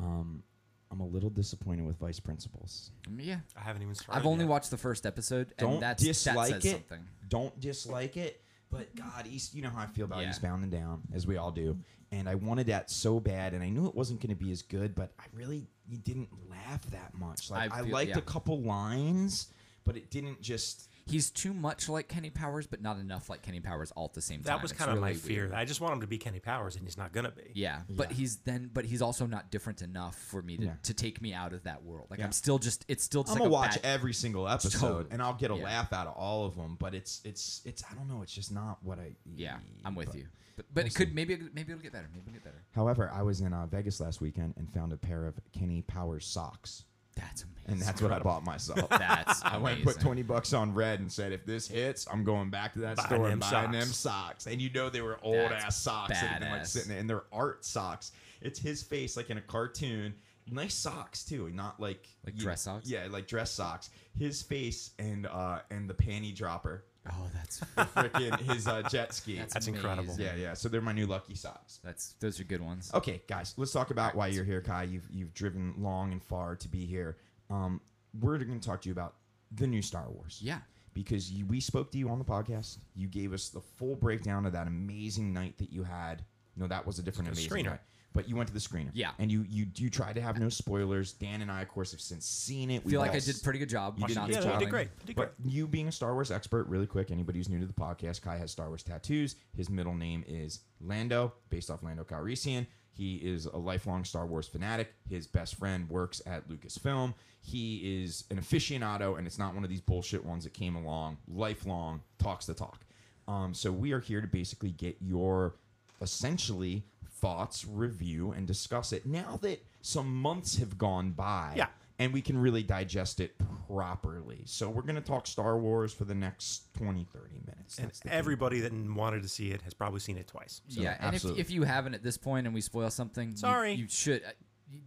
Speaker 2: Um, I'm a little disappointed with Vice Principals.
Speaker 1: Mm, yeah,
Speaker 3: I haven't even started.
Speaker 1: I've only
Speaker 3: yet.
Speaker 1: watched the first episode, and
Speaker 2: Don't
Speaker 1: that's
Speaker 2: dislike
Speaker 1: that says
Speaker 2: it.
Speaker 1: something.
Speaker 2: Don't dislike it, but God, East, you know how I feel about
Speaker 1: Yeah.
Speaker 2: Eastbound and Down, as we all do. And I wanted that so bad, and I knew it wasn't going to be as good, but I really you didn't laugh that much. Like
Speaker 1: I
Speaker 2: I,
Speaker 1: feel-
Speaker 2: liked
Speaker 1: yeah.
Speaker 2: a couple lines, but it didn't just.
Speaker 1: He's too much like Kenny Powers, but not enough like Kenny Powers all at the same time.
Speaker 3: That was
Speaker 1: It's
Speaker 3: kind of my
Speaker 1: really
Speaker 3: fear.
Speaker 1: weird.
Speaker 3: I just want him to be Kenny Powers, and he's not gonna be.
Speaker 1: Yeah, but
Speaker 2: Yeah.
Speaker 1: he's then, but he's also not different enough for me to,
Speaker 2: Yeah.
Speaker 1: to take me out of that world. Like
Speaker 2: Yeah.
Speaker 1: I'm still just, it's still just
Speaker 2: I'm
Speaker 1: like
Speaker 2: gonna
Speaker 1: a
Speaker 2: watch
Speaker 1: bad-
Speaker 2: every single episode,
Speaker 1: Totally.
Speaker 2: and I'll get a
Speaker 1: Yeah.
Speaker 2: laugh out of all of them. But it's it's it's I don't know. It's just not what I.
Speaker 1: Yeah, I'm with
Speaker 2: but-
Speaker 1: you. But but it could maybe maybe it'll get better. Maybe it'll get better.
Speaker 2: However, I was in uh, Vegas last weekend and found a pair of Kenny Powers socks,
Speaker 1: That's amazing.
Speaker 2: and that's what I bought myself.
Speaker 1: *laughs* that's
Speaker 2: *laughs* I went and
Speaker 1: amazing.
Speaker 2: put 20 bucks on red and said, if this hits, I'm going back to that
Speaker 3: Buying
Speaker 2: store and
Speaker 3: them
Speaker 2: buying them
Speaker 3: socks.
Speaker 2: socks. And you know they were old
Speaker 1: That's
Speaker 2: ass socks that had been like
Speaker 1: badass.
Speaker 2: sitting there, and they're art socks. It's his face like in a cartoon. Nice socks too, not like
Speaker 1: Like
Speaker 2: you-
Speaker 1: dress socks?
Speaker 2: Yeah, like dress socks. His face and uh and the panty dropper,
Speaker 1: Oh,
Speaker 2: *laughs*
Speaker 1: that's *laughs*
Speaker 2: freaking his uh, jet ski.
Speaker 3: That's incredible.
Speaker 1: amazing.
Speaker 2: yeah, yeah. So they're my new lucky socks.
Speaker 1: That's those are good ones.
Speaker 2: Okay, guys, let's talk about why you're here, Kai. You've you've driven long and far to be here. Um, we're going to talk to you about the new Star Wars.
Speaker 1: Yeah.
Speaker 2: because you, we spoke to you on the podcast. You gave us the full breakdown of that amazing night that you had. No, that was a different
Speaker 3: The
Speaker 2: amazing
Speaker 3: screener.
Speaker 2: night. But you went to the screener.
Speaker 1: Yeah.
Speaker 2: and you you you tried to have no spoilers. Dan and I, of course, have since seen it.
Speaker 1: I feel like I did a pretty good job.
Speaker 2: You
Speaker 1: of
Speaker 2: did-
Speaker 1: not
Speaker 2: yeah, you did
Speaker 1: spoiling.
Speaker 3: great. You did
Speaker 2: But you being a Star Wars expert, really quick, anybody who's new to the podcast, Kai has Star Wars tattoos. His middle name is Lando, based off Lando Calrissian. He is a lifelong Star Wars fanatic. His best friend works at Lucasfilm. He is an aficionado, and it's not one of these bullshit ones that came along. Lifelong talks the talk. Um, so we are here to basically get your essentially thoughts, review, and discuss it. Now that some months have gone by,
Speaker 3: Yeah.
Speaker 2: and we can really digest it properly. So we're going to talk Star Wars for the next 20, 30 minutes.
Speaker 3: And
Speaker 2: That's the game.
Speaker 3: everybody that wanted to see it has probably seen it twice. So
Speaker 1: yeah, and if,
Speaker 2: absolutely.
Speaker 1: if you haven't at this point and we spoil something, you-
Speaker 3: Sorry.
Speaker 1: you, should. I- you-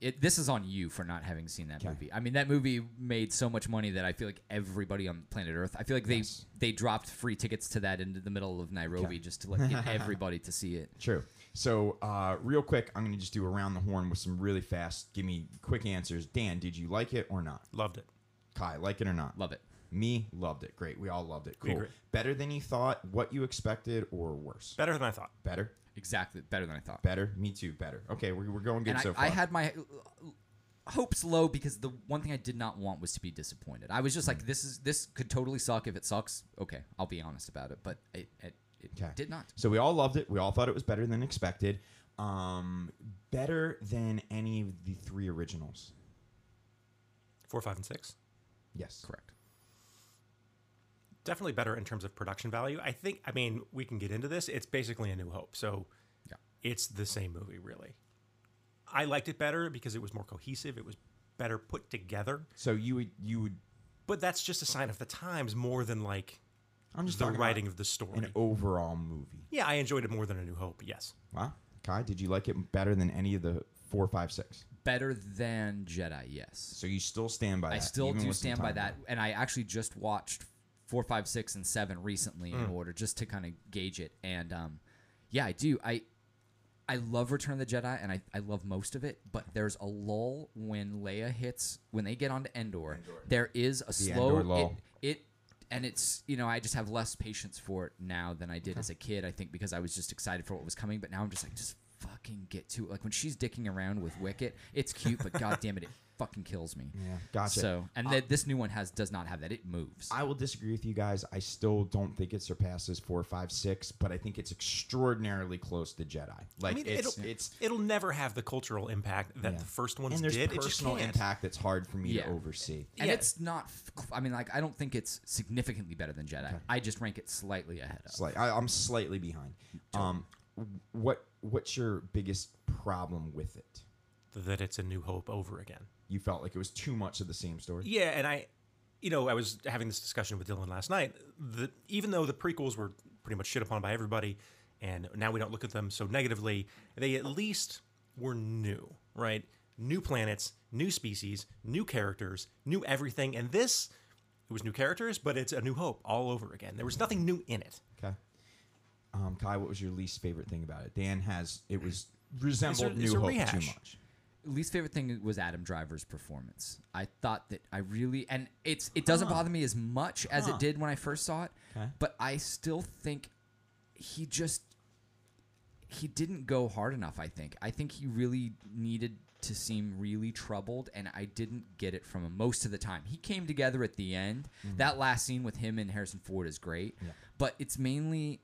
Speaker 1: It, this is on you for not having seen that
Speaker 2: Okay.
Speaker 1: movie. I mean, that movie made so much money that I feel like everybody on planet Earth. I feel like they
Speaker 2: Yes.
Speaker 1: they dropped free tickets to that into the middle of Nairobi just to like
Speaker 2: *laughs*
Speaker 1: get everybody to see it.
Speaker 2: True. So, uh, real quick, I'm going to just do around the horn with some really fast. Give me quick answers. Dan, did you like it or not?
Speaker 3: Loved it.
Speaker 2: Kai, like it or not?
Speaker 1: Love it.
Speaker 2: Me, loved it. Great. We all loved it.
Speaker 3: We
Speaker 2: Cool.
Speaker 3: agree.
Speaker 2: Better than you thought, what you expected, or worse?
Speaker 3: Better than I thought.
Speaker 2: Better.
Speaker 1: Exactly, better than I thought.
Speaker 2: Better. Me too. Better. Okay, we're, we're going good
Speaker 1: and
Speaker 2: so far.
Speaker 1: I, I had my uh, hopes low because the one thing I did not want was to be disappointed. I was just
Speaker 2: Hmm.
Speaker 1: like, this is this could totally suck. If it sucks, okay, I'll be honest about it. But it it, it
Speaker 2: Okay.
Speaker 1: did not.
Speaker 2: So we all loved it. We all thought it was better than expected. Um, better than any of the three originals.
Speaker 3: Four, five, and six.
Speaker 2: Yes.
Speaker 1: Correct.
Speaker 3: Definitely better in terms of production value. I think, I mean, we can get into this. It's basically a new hope. So
Speaker 1: Yeah.
Speaker 3: it's the same movie, really. I liked it better because it was more cohesive, it was better put together.
Speaker 2: So you would you would.
Speaker 3: But that's just a sign of the times more than like
Speaker 2: I'm just
Speaker 3: the
Speaker 2: talking
Speaker 3: writing
Speaker 2: about
Speaker 3: of the story.
Speaker 2: an overall movie.
Speaker 3: yeah, I enjoyed it more than A New Hope, yes.
Speaker 2: Wow. Kai, did you like it better than any of the four, five, six?
Speaker 1: Better than Jedi, yes.
Speaker 2: So you still stand by that.
Speaker 1: I still
Speaker 2: even
Speaker 1: do
Speaker 2: with some
Speaker 1: stand by
Speaker 2: time
Speaker 1: that,
Speaker 2: gone.
Speaker 1: and I actually just watched four, five, six, and seven recently
Speaker 2: Mm.
Speaker 1: in order just to kind of gauge it. And um, yeah, I do. I I love Return of the Jedi, and I, I love most of it. But there's a lull when Leia hits when they get onto Endor. There is a slow
Speaker 2: Endor lull.
Speaker 1: It, it and it's you know I just have less patience for it now than I did as a kid. I think because I was just excited for what was coming, but now I'm just like just fucking get to it. Like when she's dicking around with Wicket, it's
Speaker 2: *laughs*
Speaker 1: cute, but god damn it, it fucking kills me.
Speaker 2: Yeah, gotcha. Uh,
Speaker 1: So, and th- this new one has does not have that. It moves.
Speaker 2: I will disagree with you guys. I still don't think it surpasses four, five, six, but I think it's extraordinarily close to Jedi. Like
Speaker 3: I mean,
Speaker 2: it's
Speaker 3: it'll,
Speaker 2: it's
Speaker 3: it'll never have the cultural impact that
Speaker 2: yeah.
Speaker 3: the first ones
Speaker 2: and there's
Speaker 3: did. It just
Speaker 2: personal
Speaker 3: can't.
Speaker 2: impact that's hard for me
Speaker 1: Yeah.
Speaker 2: to oversee.
Speaker 1: and
Speaker 3: yeah.
Speaker 1: it's not. f- I mean, like I don't think it's significantly better than Jedi. I just rank it slightly ahead of.
Speaker 2: Slight, I, I'm slightly behind. Um, what what's your biggest problem with it?
Speaker 3: That it's A New Hope over again.
Speaker 2: You felt like it was too much of the same story.
Speaker 3: Yeah, and I, you know, I was having this discussion with Dylan last night. The, even though the prequels were pretty much shit upon by everybody, and now we don't look at them so negatively, they at least were new, right? New planets, new species, new characters, new everything. And this, it was new characters, but it's a new hope all over again. There was nothing new in it.
Speaker 2: Okay. Um, Kai, what was your least favorite thing about it? Dan has it was resembled
Speaker 3: it's
Speaker 2: New
Speaker 3: a
Speaker 2: Hope too
Speaker 3: rehash.
Speaker 2: much.
Speaker 1: least favorite thing was Adam Driver's performance. I thought that I really and it's it doesn't bother me as much as it did when I first saw it,
Speaker 2: Okay.
Speaker 1: but I still think he just he didn't go hard enough, I think. I think he really needed to seem really troubled and I didn't get it from him most of the time. He came together at the end.
Speaker 3: Mm-hmm.
Speaker 1: That last scene with him and Harrison Ford is great, but it's mainly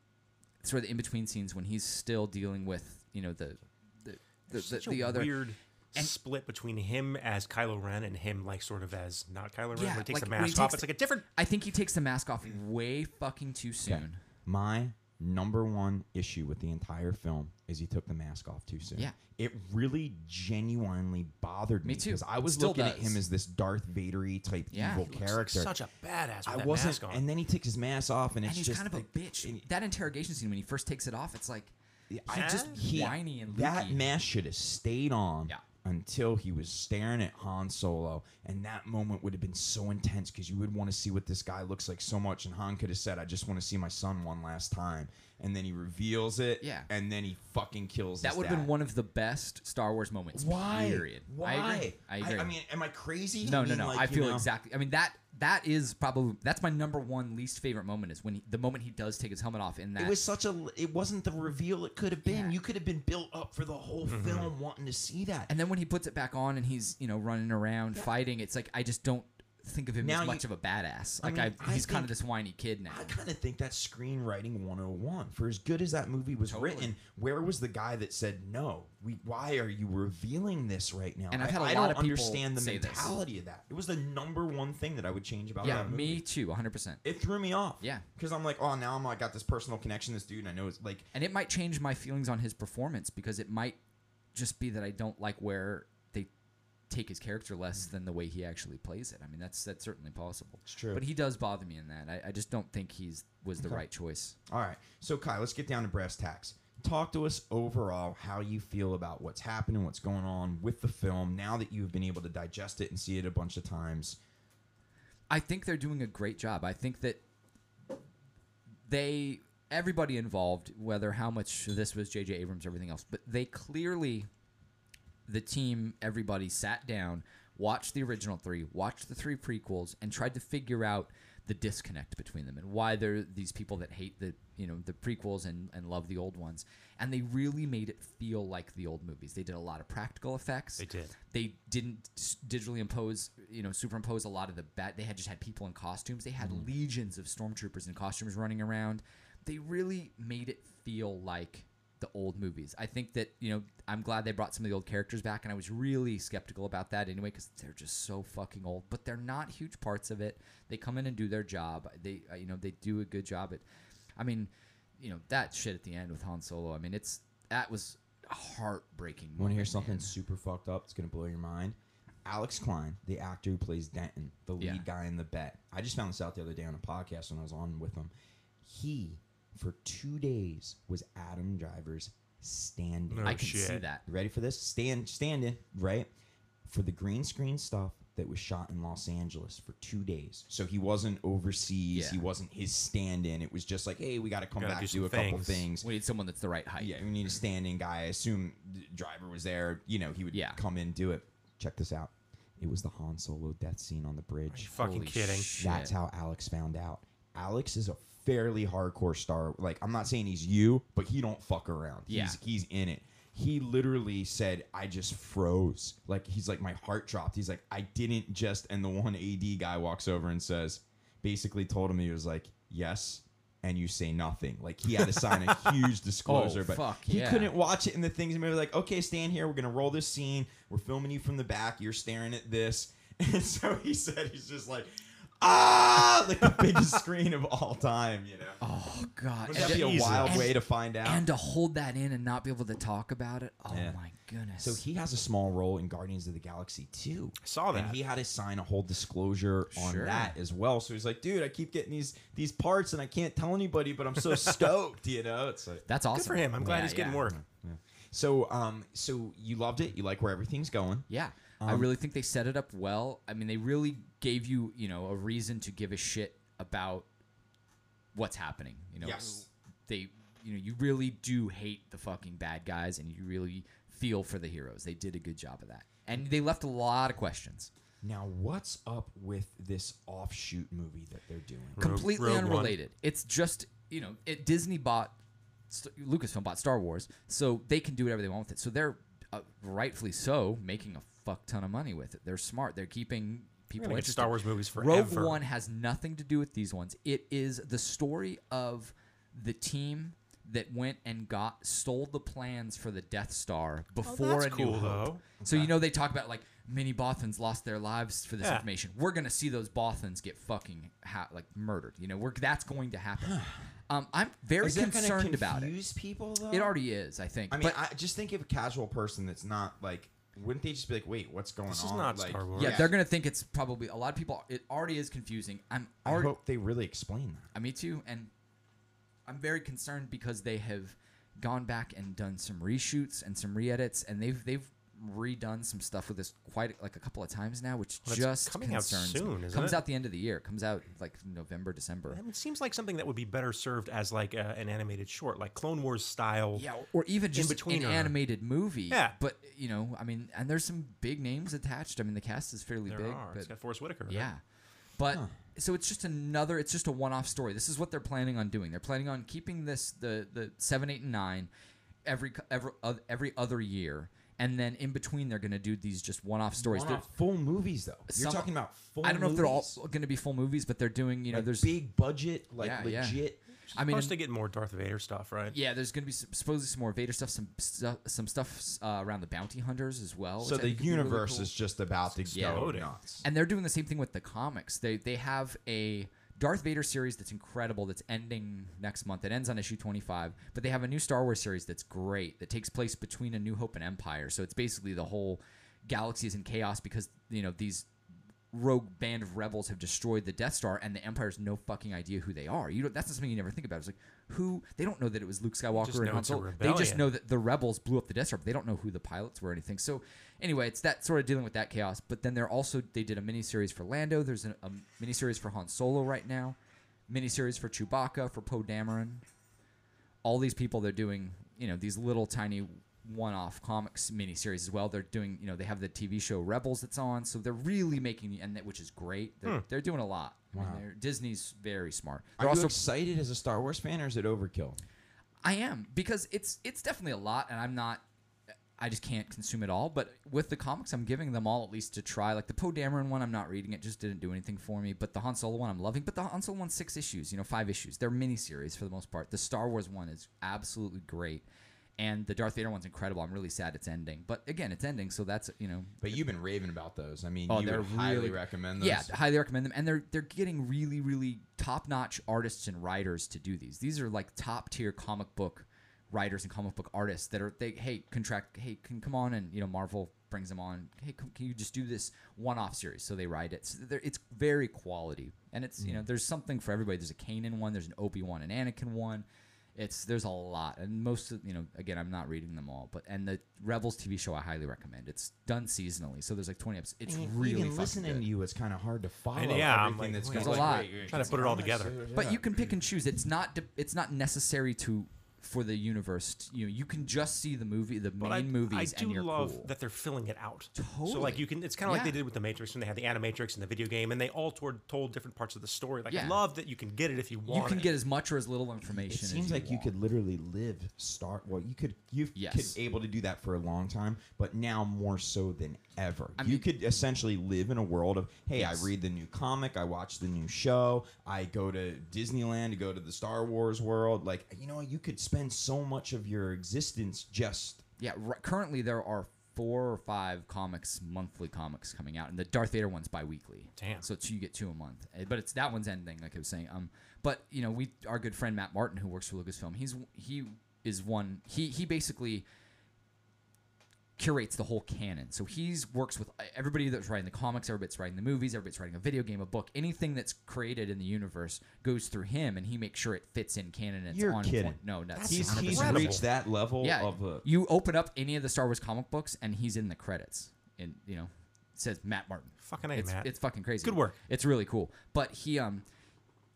Speaker 1: sort of the in between scenes when he's still dealing with, you know, the the the,
Speaker 3: Such
Speaker 1: the,
Speaker 3: a
Speaker 1: the other
Speaker 3: weird split between him as Kylo Ren and him, like, sort of as not Kylo Ren,
Speaker 1: Yeah,
Speaker 3: when he takes
Speaker 1: like,
Speaker 3: the
Speaker 1: when he
Speaker 3: mask off.
Speaker 1: takes
Speaker 3: it's
Speaker 1: the-
Speaker 3: like a different.
Speaker 1: I think he takes the mask off way fucking too soon.
Speaker 2: Okay. My number one issue with the entire film is he took the mask off too soon.
Speaker 1: Yeah.
Speaker 2: It really genuinely bothered me.
Speaker 1: Me too.
Speaker 2: Because I
Speaker 1: It
Speaker 2: was
Speaker 1: still
Speaker 2: looking at
Speaker 1: does.
Speaker 2: him as this Darth Vadery type
Speaker 1: Yeah.
Speaker 2: evil
Speaker 1: He
Speaker 2: character.
Speaker 3: Such a badass with
Speaker 2: I
Speaker 3: that
Speaker 2: wasn't,
Speaker 3: mask on.
Speaker 2: and then he takes his mask off, and it's
Speaker 1: And he's
Speaker 2: just
Speaker 1: kind of a
Speaker 2: like-
Speaker 1: bitch.
Speaker 2: and-
Speaker 1: that interrogation scene when he first takes it off, it's like he's
Speaker 2: I-
Speaker 1: just
Speaker 2: he-
Speaker 1: whiny and
Speaker 2: that
Speaker 1: leaky.
Speaker 2: mask should have stayed on
Speaker 1: Yeah.
Speaker 2: until he was staring at Han Solo, and that moment would have been so intense because you would want to see what this guy looks like so much. And Han could have said, "I just want to see my son one last time," and then he reveals it,
Speaker 1: Yeah.
Speaker 2: and then he fucking kills.
Speaker 1: that
Speaker 2: his
Speaker 1: would have been
Speaker 2: dad.
Speaker 1: one of the best Star Wars moments.
Speaker 2: Why?
Speaker 1: Period.
Speaker 2: Why?
Speaker 1: I agree. I agree.
Speaker 2: I, mean, am I crazy?
Speaker 1: no,
Speaker 2: I mean,
Speaker 1: no, no.
Speaker 2: like,
Speaker 1: I
Speaker 2: you
Speaker 1: feel
Speaker 2: know,
Speaker 1: exactly. I mean that that is probably that's my number one least favorite moment is when he, the moment he does take his helmet off in that.
Speaker 2: It was such a. It wasn't the reveal it could have been.
Speaker 1: Yeah.
Speaker 2: You could have been built up for the whole film, wanting to see that.
Speaker 1: and then when he puts it back on and he's you know running around fighting, it's like I just don't. think of him
Speaker 2: Now
Speaker 1: as
Speaker 2: you-
Speaker 1: much of a badass.
Speaker 2: I
Speaker 1: Like
Speaker 2: mean,
Speaker 1: I,
Speaker 2: I
Speaker 1: he's kind of
Speaker 2: think-
Speaker 1: this whiny kid now.
Speaker 2: I kind of think that's screenwriting 101. For as good as that movie was
Speaker 1: Totally.
Speaker 2: written, where was the guy that said, "No, we why are you revealing this right now?"
Speaker 1: And I've
Speaker 2: I-
Speaker 1: had a
Speaker 2: I
Speaker 1: lot
Speaker 2: don't
Speaker 1: of people
Speaker 2: understand the
Speaker 1: say this.
Speaker 2: mentality of that. It was the number one thing that I would change about
Speaker 1: yeah,
Speaker 2: that movie.
Speaker 1: me too, 100. percent
Speaker 2: It threw me off.
Speaker 1: Yeah.
Speaker 2: Because I'm like, oh, now I'm like got this personal connection. to This dude, and I know it's like
Speaker 1: And it might change my feelings on his performance because it might just be that I don't like where they take his character less than the way he actually plays it. I mean, that's that's certainly possible.
Speaker 2: It's true.
Speaker 1: But he does bother me in that. I, I just don't think he's was the
Speaker 2: Okay.
Speaker 1: right choice.
Speaker 2: All right. So, Kai, let's get down to brass tacks. Talk to us overall how you feel about what's happening, what's going on with the film now that you've been able to digest it and see it a bunch of times.
Speaker 1: I think they're doing a great job. I think that they everybody involved, whether how much this was JJ Abrams, everything else, but they clearly the team, everybody sat down, watched the original three, watched the three prequels, and tried to figure out the disconnect between them and why they're these people that hate the you know the prequels and, and love the old ones. And they really made it feel like the old movies. They did a lot of practical effects.
Speaker 3: They did.
Speaker 1: They didn't s- digitally impose you know superimpose a lot of the bat. They had just had people in costumes. They had legions of stormtroopers in costumes running around. They really made it feel like the old movies. I think that you know I'm glad they brought some of the old characters back, and I was really skeptical about that anyway because they're just so fucking old. But they're not huge parts of it. They come in and do their job. They uh, you know they do a good job at. I mean, you know that shit at the end with Han Solo. I mean it's that was a heartbreaking.
Speaker 2: Want to hear
Speaker 1: moment,
Speaker 2: something
Speaker 1: man.
Speaker 2: super fucked up? It's going to blow your mind. Alex Klein, the actor who plays Denton, the lead
Speaker 1: Yeah.
Speaker 2: guy in the bet. I just found this out the other day on a podcast when I was on with him. He, for two days, was Adam Driver's standing.
Speaker 3: No
Speaker 1: I can see
Speaker 3: shit.
Speaker 1: that.
Speaker 2: You ready for this? Stand standing, right? For the green screen stuff that was shot in Los Angeles for two days. So he wasn't overseas.
Speaker 1: Yeah.
Speaker 2: He wasn't his stand in. It was just like, hey, we got to come
Speaker 3: Gotta
Speaker 2: back,
Speaker 3: do
Speaker 2: do,
Speaker 3: some
Speaker 2: a couple
Speaker 3: things.
Speaker 2: things.
Speaker 1: We need someone that's the right height.
Speaker 2: Yeah, we need a stand in guy. I assume the driver was there. You know, he would
Speaker 1: Yeah.
Speaker 2: come in, do it. Check this out. It was the Han Solo death scene on the
Speaker 3: Are you
Speaker 2: bridge.
Speaker 3: fucking
Speaker 1: Holy
Speaker 3: kidding?
Speaker 1: shit.
Speaker 2: That's how Alex found out. Alex is a fairly hardcore star. Like I'm not saying he's you, but he don't fuck around. He's
Speaker 1: Yeah.
Speaker 2: he's in it. He literally said, "I just froze." Like he's like my heart dropped. He's like, "I didn't just." And the one AD guy walks over and says, basically told him he was like, "Yes." And you say nothing. Like he had to sign
Speaker 1: *laughs*
Speaker 2: a huge disclosure, but
Speaker 1: Oh, fuck,
Speaker 2: he
Speaker 1: yeah.
Speaker 2: couldn't watch it in the things. And we were like, okay, stand here. We're gonna roll this scene. We're filming you from the back. You're staring at this. *laughs* And so he said, he's just like, ah, *laughs* like the
Speaker 1: *laughs*
Speaker 2: biggest screen of all time. You know,
Speaker 1: Oh god.
Speaker 2: would
Speaker 1: And
Speaker 2: that be a
Speaker 3: Jesus.
Speaker 2: wild
Speaker 1: And-
Speaker 2: way to find out?
Speaker 1: and to hold that in and not be able to talk about it. Oh
Speaker 2: Yeah.
Speaker 1: my goodness.
Speaker 2: so he has a small role in Guardians of the Galaxy too.
Speaker 3: I saw that.
Speaker 2: And he had to sign a whole disclosure on
Speaker 1: Sure.
Speaker 2: that as well. So he's like, dude, I keep getting these these parts and I can't tell anybody, but I'm
Speaker 1: *laughs*
Speaker 2: so stoked, you know? It's like
Speaker 1: that's awesome.
Speaker 3: Good for him. I'm glad
Speaker 1: Yeah,
Speaker 3: he's getting
Speaker 1: yeah.
Speaker 3: work.
Speaker 2: So um so you loved it, you like where everything's going.
Speaker 1: Yeah. I really think they set it up well. I mean, they really gave you, you know, a reason to give a shit about what's happening. You know,
Speaker 2: Yes.
Speaker 1: they, you know, you really do hate the fucking bad guys, and you really feel for the heroes. They did a good job of that, and they left a lot of questions.
Speaker 2: Now what's up with this offshoot movie that they're doing?
Speaker 3: Rogue-
Speaker 1: completely
Speaker 3: Rogue One.
Speaker 1: unrelated. It's just you know, it Disney bought St- Lucasfilm bought Star Wars, so they can do whatever they want with it. So they're uh, rightfully so making a fuck ton of money with it. They're smart. They're keeping
Speaker 3: We're
Speaker 1: people
Speaker 3: gonna get
Speaker 1: interested.
Speaker 3: Star Wars movies
Speaker 1: Rogue
Speaker 3: forever.
Speaker 1: One has nothing to do with these ones. It is the story of the team that went and got stole the plans for the Death Star before
Speaker 3: Oh, that's
Speaker 1: a new
Speaker 3: cool,
Speaker 1: hope.
Speaker 3: though.
Speaker 1: So you know they talk about like many Bothans lost their lives for this
Speaker 3: Yeah.
Speaker 1: information. We're gonna see those Bothans get fucking ha- like murdered. You know, we're that's going to happen. um, I'm very
Speaker 2: Is that gonna
Speaker 1: concerned about it.
Speaker 2: confuse people though?
Speaker 1: It already is, I think.
Speaker 2: I mean,
Speaker 1: but
Speaker 2: I just think of a casual person that's not like wouldn't they just be like, wait, what's going
Speaker 3: This
Speaker 2: on?
Speaker 3: is not
Speaker 2: like,
Speaker 3: Star Wars.
Speaker 1: yeah, they're gonna think it's probably a lot of people. It already is confusing. I'm
Speaker 2: I
Speaker 1: already.
Speaker 2: hope they really explain that.
Speaker 1: Uh, me too, and I'm very concerned because they have gone back and done some reshoots and some re-edits, and they've they've redone some stuff with this quite like a couple of times now, which
Speaker 3: Well, it's
Speaker 1: just
Speaker 3: coming out
Speaker 1: concerns me.
Speaker 3: soon, isn't
Speaker 1: comes
Speaker 3: it?
Speaker 1: out the end of the year. It comes out like November, December.
Speaker 3: It seems like something that would be better served as like a, an animated short, like Clone Wars style.
Speaker 1: Yeah, or even just an
Speaker 3: betweener.
Speaker 1: animated movie.
Speaker 3: Yeah.
Speaker 1: but you know, I mean, and there's some big names attached. I mean, the cast is fairly
Speaker 3: there
Speaker 1: big.
Speaker 3: are.
Speaker 1: But
Speaker 3: It's got Forrest Whitaker. right?
Speaker 1: Yeah. But so it's just another it's just a one-off story. This is what they're planning on doing. They're planning on keeping this the the 7 8 and 9 every co- every, oth- every other year and then in between they're going to do these just one-off stories. They're-
Speaker 2: One-off full movies though. You're
Speaker 1: Some-
Speaker 2: talking about full.
Speaker 1: I don't know if they're all
Speaker 2: movies?
Speaker 1: going to be full movies, but they're doing you know
Speaker 2: Like,
Speaker 1: there's
Speaker 2: big budget, like
Speaker 1: Yeah, yeah.
Speaker 2: legit.
Speaker 1: I mean
Speaker 3: Plus, they get more Darth Vader stuff, right?
Speaker 1: yeah there's going to be s- supposedly some more Vader stuff, some stuff, some stuff uh, around the bounty hunters as well.
Speaker 2: So
Speaker 1: which I
Speaker 2: the
Speaker 1: think could be really
Speaker 2: universe
Speaker 1: cool.
Speaker 2: is just about to go
Speaker 3: Exploding.
Speaker 2: nuts.
Speaker 1: And they're doing the same thing with the comics. They they have a Darth Vader series that's incredible that's ending next month. It ends on issue 25, but they have a new Star Wars series that's great that takes place between A New Hope and Empire. So it's basically the whole galaxy is in chaos because, you know, these rogue band of rebels have destroyed the Death Star and the Empire's no fucking idea who they are. You don't, that's not something you never think about. It's like who they don't know that it was Luke Skywalker and
Speaker 3: know
Speaker 1: Han
Speaker 3: it's a
Speaker 1: Solo. They just
Speaker 3: rebellion.
Speaker 1: know that the rebels blew up the Death Star, but they don't know who the pilots were or anything. So anyway, it's that sort of dealing with that chaos. But then they're also they did a miniseries for Lando. There's a, a miniseries for Han Solo right now, miniseries for Chewbacca for Poe Dameron. All these people they're doing you know these little tiny one-off comics miniseries as well. They're doing you know they have the TV show Rebels that's on, so they're really making and that which is great. They're, they're doing a lot. I mean,
Speaker 2: Hmm. Wow.
Speaker 1: they're- Disney's very smart.
Speaker 2: Are
Speaker 1: They're also
Speaker 2: you excited as a Star Wars fan, or is it overkill?
Speaker 1: I am because it's it's definitely a lot, and I'm not. I just can't consume it all. But with the comics, I'm giving them all at least to try. Like the Poe Dameron one, I'm not reading it; just didn't do anything for me. But the Han Solo one, I'm loving. But the Han Solo one's six issues, you know, five issues. They're miniseries for the most part. The Star Wars one is absolutely great, and the Darth Vader one's incredible. I'm really sad it's ending, but again, it's ending, so that's you know
Speaker 2: But you've been raving about those. I mean,
Speaker 1: Oh,
Speaker 2: you
Speaker 1: they're
Speaker 2: would highly
Speaker 1: really-
Speaker 2: recommend those.
Speaker 1: Yeah, highly recommend them. And they're they're getting really, really top notch artists and writers to do these. These are like top tier comic book writers and comic book artists that are they hey contract hey can come on and you know Marvel brings them on hey come, can you just do this one off series so they write it so they're- it's very quality and it's
Speaker 2: Hmm.
Speaker 1: you know there's something for everybody there's a Kanan one there's an Obi one an Anakin one it's there's a lot and most of you know again I'm not reading them all but and the Rebels TV show I highly recommend it's done seasonally so there's like 20 episodes it's really
Speaker 2: even
Speaker 1: fucking
Speaker 2: listening
Speaker 1: good.
Speaker 2: to you, it's kind of hard to follow.
Speaker 3: And yeah, I'm
Speaker 2: everything
Speaker 3: like,
Speaker 2: that's
Speaker 3: wait,
Speaker 2: going
Speaker 1: there's a
Speaker 2: like,
Speaker 1: lot.
Speaker 2: wait, wait,
Speaker 3: Trying to
Speaker 2: wait,
Speaker 3: put it all
Speaker 2: how much
Speaker 3: together.
Speaker 2: is-
Speaker 1: But
Speaker 2: yeah.
Speaker 1: you can pick and choose. It's not de- it's not necessary to for the universe. To, you know, you can just see the movie, the main
Speaker 3: But I,
Speaker 1: movies,
Speaker 3: I do
Speaker 1: and you're
Speaker 3: love
Speaker 1: cool.
Speaker 3: that they're filling it out. So
Speaker 1: Totally.
Speaker 3: like you can, it's kind of like they
Speaker 1: Yeah.
Speaker 3: did with the Matrix when they had the animatrix and the video game, and they all toward, told different parts of the story. Like I
Speaker 1: Yeah.
Speaker 3: love that you can get it if you want.
Speaker 1: you can
Speaker 3: it.
Speaker 1: get as much or as little information.
Speaker 2: It seems
Speaker 1: as
Speaker 2: like you
Speaker 1: want.
Speaker 2: could literally live Star. Well, you could you've
Speaker 1: Yes.
Speaker 2: could able to do that for a long time, but now more so than ever.
Speaker 1: I
Speaker 2: you
Speaker 1: mean-
Speaker 2: could essentially live in a world of hey,
Speaker 1: Yes.
Speaker 2: I read the new comic, I watch the new show, I go to Disneyland to go to the Star Wars world. Like you know, you could spend so much of your existence just
Speaker 1: Yeah, r- currently there are four or five comics, monthly comics coming out, and the Darth Vader one's bi-weekly.
Speaker 3: Damn.
Speaker 1: So it's, you get two a month, Uh, but it's that one's ending, like I was saying. Um, but you know, we our good friend Matt Martin, who works for Lucasfilm, he's he is one. He he basically curates the whole canon. So he's works with eh, everybody that's writing the comics, everybody's writing the movies, everybody's writing a video game, a book, anything that's created in the universe goes through him, and he makes sure it fits in canon. And it's
Speaker 2: You're
Speaker 1: on
Speaker 2: kidding.
Speaker 1: Point. No, that's
Speaker 3: That's
Speaker 2: he's, he's
Speaker 3: 100%.
Speaker 2: reached that level
Speaker 1: yeah,
Speaker 2: of a
Speaker 1: you open up any of the Star Wars comic books and he's in the credits. And you know, it says Matt Martin.
Speaker 3: Fucking A,
Speaker 1: it's,
Speaker 3: Matt.
Speaker 1: It's fucking crazy.
Speaker 3: Good work.
Speaker 1: It's really cool. But he um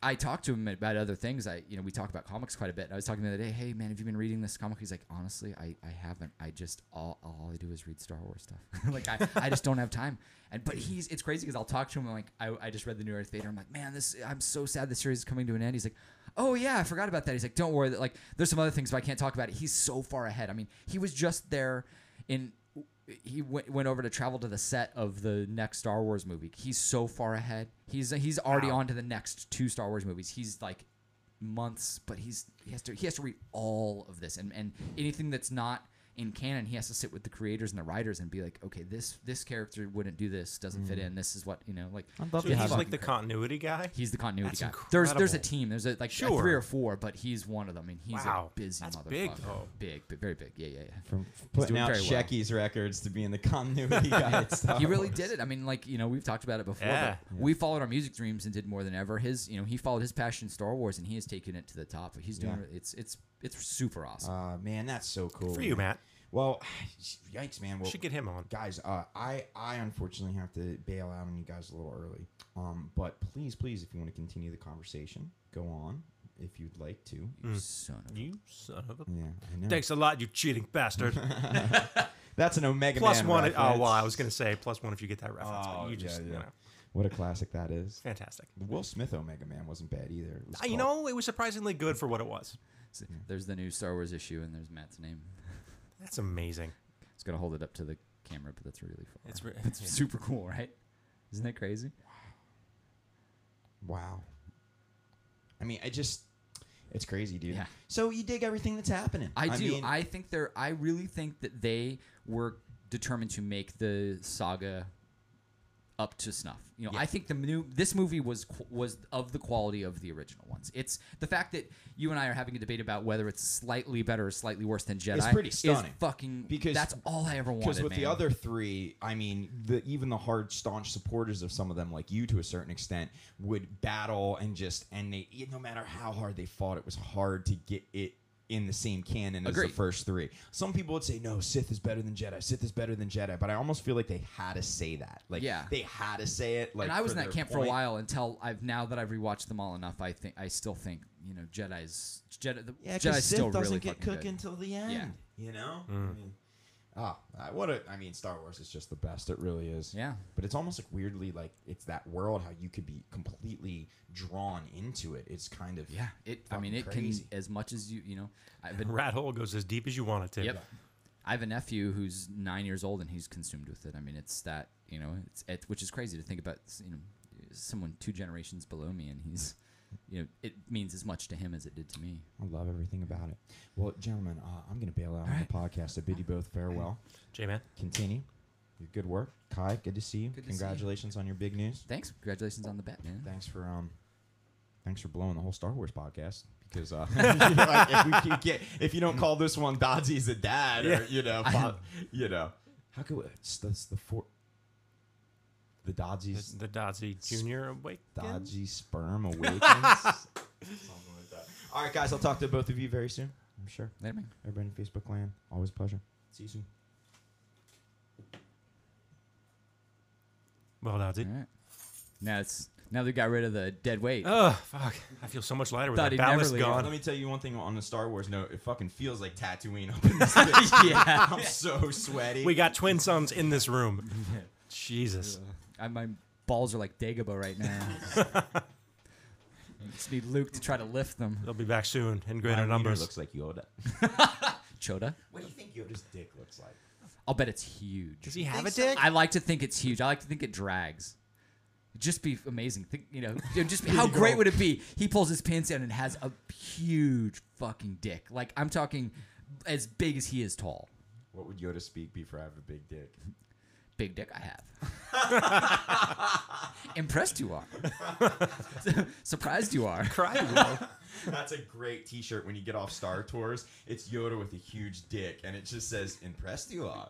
Speaker 1: I talked to him about other things. I you know, we talk about comics quite a bit. And I was talking the other day, hey man, have you been reading this comic? He's like, honestly, I, I haven't. I just all all I do is read Star Wars stuff. *laughs* like I, I just don't have time. And but he's it's crazy because I'll talk to him like I, I just read the new Earth Vader. I'm like, man, this I'm so sad the series is coming to an end. He's like Oh yeah, I forgot about that. He's like, don't worry. That like, there's some other things, but I can't talk about it. He's so far ahead. I mean, he was just there in. He went went over to travel to the set of the next Star Wars movie. He's so far ahead. He's he's already on to the next two Star Wars movies. He's like months, but he's he has to he has to read all of this and and anything that's not in canon, he has to sit with the creators and the writers and be like, okay, this this character wouldn't do this, doesn't
Speaker 3: Mm.
Speaker 1: fit in. This is what you know, like.
Speaker 2: I'd love
Speaker 3: So
Speaker 2: to
Speaker 3: he's
Speaker 2: have a-
Speaker 3: like the continuity guy.
Speaker 1: He's the continuity
Speaker 3: That's
Speaker 1: guy. There's there's a
Speaker 3: incredible.
Speaker 1: team. There's a, like a
Speaker 3: Sure.
Speaker 1: three or four, but he's one of them, and he's
Speaker 3: Wow.
Speaker 1: a busy
Speaker 3: That's
Speaker 1: motherfucker.
Speaker 3: big, though.
Speaker 1: Big, bi- very big. Yeah, yeah, yeah.
Speaker 2: from putting
Speaker 1: doing
Speaker 2: out
Speaker 1: very well.
Speaker 2: Shecky's records to being the
Speaker 1: *laughs*
Speaker 2: continuity guy. at Star
Speaker 1: He really
Speaker 2: Wars.
Speaker 1: did it. I mean, like you know, we've talked about it before.
Speaker 3: Yeah.
Speaker 1: But we followed our music dreams and did more than ever. His, you know, he followed his passion, Star Wars, and he has taken it to the top. He's doing
Speaker 2: Yeah.
Speaker 1: it's it's it's super awesome.
Speaker 2: Uh, man, that's so cool
Speaker 3: For you, Matt.
Speaker 2: Well, *sighs* yikes, man. Well,
Speaker 3: Should get him on.
Speaker 2: guys, uh, I I unfortunately have to bail out on you guys a little early. Um, but please, please, if you want to continue the conversation, go on if you'd like to.
Speaker 1: you son of a-
Speaker 3: You son of a.
Speaker 2: Yeah, I know.
Speaker 3: Thanks a lot, you cheating
Speaker 1: *laughs*
Speaker 3: bastard.
Speaker 2: That's an Omega
Speaker 3: plus
Speaker 2: Man
Speaker 3: one.
Speaker 2: reference.
Speaker 3: Oh well, I was gonna say plus one if you get that reference,
Speaker 2: Oh,
Speaker 3: but
Speaker 2: yeah,
Speaker 3: you just
Speaker 2: yeah.
Speaker 3: you know,
Speaker 2: What a classic that is.
Speaker 3: fantastic.
Speaker 2: The Will Smith Omega Man wasn't bad either. It was
Speaker 3: Uh, You
Speaker 2: called-
Speaker 3: know, it was surprisingly good for what it was.
Speaker 1: There's the new Star Wars issue, and there's Matt's name.
Speaker 3: That's amazing.
Speaker 1: It's Just gotta hold it up to the camera, but that's really far.
Speaker 3: It's *laughs* re-
Speaker 1: It's super cool, right? Isn't that crazy?
Speaker 2: Wow. I mean, I just it's crazy, dude.
Speaker 1: Yeah.
Speaker 2: So you dig everything that's happening.
Speaker 1: I, do.
Speaker 2: mean,
Speaker 1: I think they're. I really think that they were determined to make the saga up to snuff. You know,
Speaker 2: Yeah.
Speaker 1: I think the new this movie was qu- was of the quality of the original ones. It's the fact that you and I are having a debate about whether it's slightly better or slightly worse than Jedi.
Speaker 2: pretty
Speaker 1: is
Speaker 2: stunning.
Speaker 1: fucking
Speaker 2: Because-
Speaker 1: because that's all I ever wanted.
Speaker 2: because with the
Speaker 1: man.
Speaker 2: other three, I mean, the, even the hard, staunch supporters of some of them, like you to a certain extent, would battle and just and they e, no matter how hard they fought, it was hard to get it in the same canon as the
Speaker 1: Agreed.
Speaker 2: first three. Some people would say no, Sith is better than Jedi. Sith is better than Jedi, but I almost feel like they had to say that. Like
Speaker 1: Yeah.
Speaker 2: they had to say it. Like
Speaker 1: and I was
Speaker 2: for
Speaker 1: in
Speaker 2: their
Speaker 1: that camp for a
Speaker 2: point.
Speaker 1: while until I've now that I've rewatched them all enough. I think I still think you know Jedi's Jedi. The,
Speaker 2: Yeah,
Speaker 1: Jedi's
Speaker 2: because Sith
Speaker 1: still
Speaker 2: doesn't
Speaker 1: really
Speaker 2: get
Speaker 1: fucking good.
Speaker 2: cooking until the end. You know. I mean, ah, I- what a, I mean, Star Wars is just the best. It really is.
Speaker 1: Yeah.
Speaker 2: But it's almost like weirdly like it's that world how you could be completely drawn into it. It's kind of
Speaker 1: Yeah, it. I mean, it
Speaker 2: fucking crazy.
Speaker 1: can as much as you you know. I've been
Speaker 3: Rat hole goes as deep as you want it to.
Speaker 1: Yep. I have a nephew who's nine years old and he's consumed with it. I mean, it's that you know, it's it, which is crazy to think about. You know, someone two generations below me, and he's, you know, it means as much to him as it did to me.
Speaker 2: I love everything about it. Well, gentlemen, uh, I'm gonna bail out on the podcast. So bid you both farewell.
Speaker 3: J man.
Speaker 2: Continue your good work, Kai. Good to see you.
Speaker 1: Good to see you.
Speaker 2: Congratulations on your big news.
Speaker 1: Thanks, congratulations on the bet, man.
Speaker 2: Thanks for um, thanks for blowing the whole Star Wars podcast because *laughs* uh, like, if we keep get if you don't call this one Dodgy's a dad or
Speaker 3: Yeah.
Speaker 2: you know
Speaker 1: I-
Speaker 2: pop, you know how could we- it's that's the four the Dodgy's
Speaker 3: The, the Dodzy Junior awake.
Speaker 2: Dodgy *laughs* sperm awakens. Something like that. All right, guys, I'll talk to both of you very soon. I'm sure.
Speaker 1: Later, man.
Speaker 2: Everybody in Facebook land, always a pleasure. See you soon.
Speaker 3: Well, Dodzy.
Speaker 1: All right. Now it's now they got rid of the dead weight.
Speaker 3: Oh fuck! I feel so much lighter with
Speaker 1: Thought
Speaker 3: that
Speaker 1: he'd never
Speaker 3: ballast
Speaker 1: leave.
Speaker 2: Let
Speaker 3: gone.
Speaker 2: me tell you one thing on the Star Wars note. It fucking feels like Tatooine up *laughs* in this bitch.
Speaker 1: yeah,
Speaker 2: *laughs* I'm so sweaty.
Speaker 3: We got twin sons in this
Speaker 1: *laughs*
Speaker 3: room. Jesus.
Speaker 1: I, my balls are like Dagobah right now.
Speaker 3: *laughs*
Speaker 1: Just need Luke to try to lift them.
Speaker 3: They'll be back soon in greater
Speaker 2: My wiener
Speaker 3: numbers.
Speaker 2: Looks like Yoda.
Speaker 1: Choda,
Speaker 2: What do you think Yoda's dick looks like?
Speaker 1: I'll bet it's huge.
Speaker 3: Does he have a
Speaker 2: Think so?
Speaker 3: dick?
Speaker 1: I like to think it's huge. I like to think it drags. It'd Just be amazing. Think, you know, it'd just be, how great would it be? He pulls his pants down and has a huge fucking dick. Like I'm talking as big as he is tall.
Speaker 2: What would Yoda speak be for I have a big dick?
Speaker 1: Big dick I have. Impressed you are. *laughs* Surprised you are.
Speaker 2: *laughs* That's a great T-shirt when you get off Star Tours. It's Yoda with a huge dick, and it just says "Impressed you are."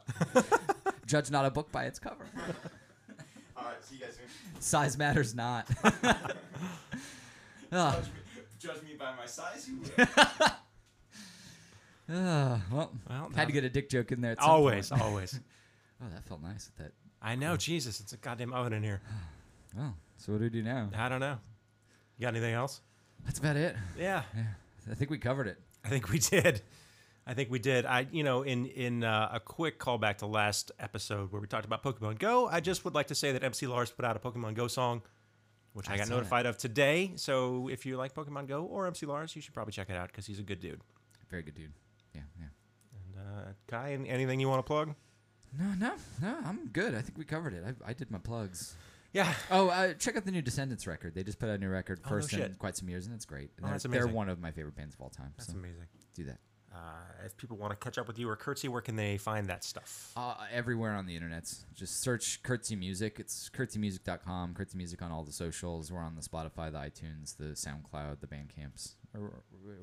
Speaker 1: Judge not a book by its cover.
Speaker 2: *laughs* All right, see you guys soon.
Speaker 1: Size matters not. *laughs* Ah,
Speaker 2: Judge me, judge me by my size, you will.
Speaker 1: ah, well,
Speaker 3: Well,
Speaker 1: had
Speaker 3: no.
Speaker 1: to get a dick joke in there. At some
Speaker 3: Always,
Speaker 1: point.
Speaker 3: always.
Speaker 1: Oh, that felt nice. That.
Speaker 3: I
Speaker 1: *laughs*
Speaker 3: know, Jesus. It's a goddamn oven in here.
Speaker 1: Oh, so what do we do now?
Speaker 3: I don't know. You got anything else?
Speaker 1: That's about it.
Speaker 3: Yeah,
Speaker 1: I think we covered it.
Speaker 3: I think we did. I think we did. I, you know, in in uh, a quick callback to last episode where we talked about Pokemon Go, I just would like to say that MC Lars put out a Pokemon Go song, which I,
Speaker 1: I
Speaker 3: got
Speaker 1: saw that.
Speaker 3: notified of today. So if you like Pokemon Go or MC Lars, you should probably check it out because he's a good dude.
Speaker 1: Very good dude. Yeah,
Speaker 3: And
Speaker 1: yeah.
Speaker 3: uh, Kai, an- anything you want to plug?
Speaker 1: No, no, no. I'm good. I think we covered it. I, I did my plugs.
Speaker 3: Yeah,
Speaker 1: Oh, uh, check out the new Descendants record. They just put out a new record
Speaker 3: Oh, no
Speaker 1: first in
Speaker 3: shit.
Speaker 1: quite some years, and it's great. And
Speaker 3: Oh,
Speaker 1: they're,
Speaker 3: that's
Speaker 1: they're
Speaker 3: amazing.
Speaker 1: one of my favorite bands of all time.
Speaker 3: that's
Speaker 1: so
Speaker 3: amazing.
Speaker 1: do that.
Speaker 3: Uh, if people want to catch up with you or Curtsy, where can they find that stuff?
Speaker 1: Uh, everywhere on the internet. Just search Curtsy Music. It's curtsymusic.com. Curtsy Music on all the socials. We're on the Spotify, the iTunes, the SoundCloud, the Bandcamps. We're, we're,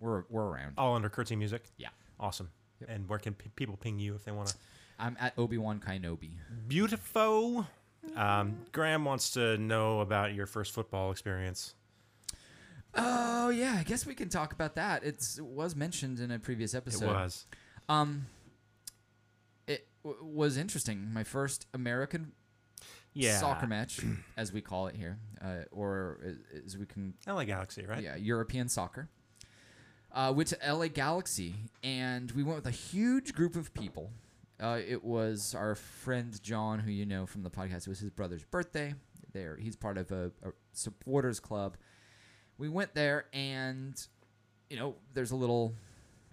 Speaker 1: we're, we're around.
Speaker 3: All under Curtsy Music.
Speaker 1: Yeah.
Speaker 3: Awesome.
Speaker 1: Yep.
Speaker 3: And where can p- people ping you if they want to?
Speaker 1: I'm at Obi Wan Kenobi.
Speaker 3: Beautiful. Um, Graham wants to know about your first football experience.
Speaker 1: Oh yeah, I guess we can talk about that. It's, it was mentioned in a previous episode.
Speaker 3: it was.
Speaker 1: Um, it w- was interesting. My first American
Speaker 3: Yeah.
Speaker 1: soccer match, *clears throat* as we call it here, uh, or a- as we can,
Speaker 3: LA Galaxy, right?
Speaker 1: yeah, European soccer. Uh, went to LA Galaxy, and we went with a huge group of people. Uh, it was our friend John, who you know from the podcast. It was his brother's birthday. There, he's part of a, a supporters club. We went there, and you know, there's a little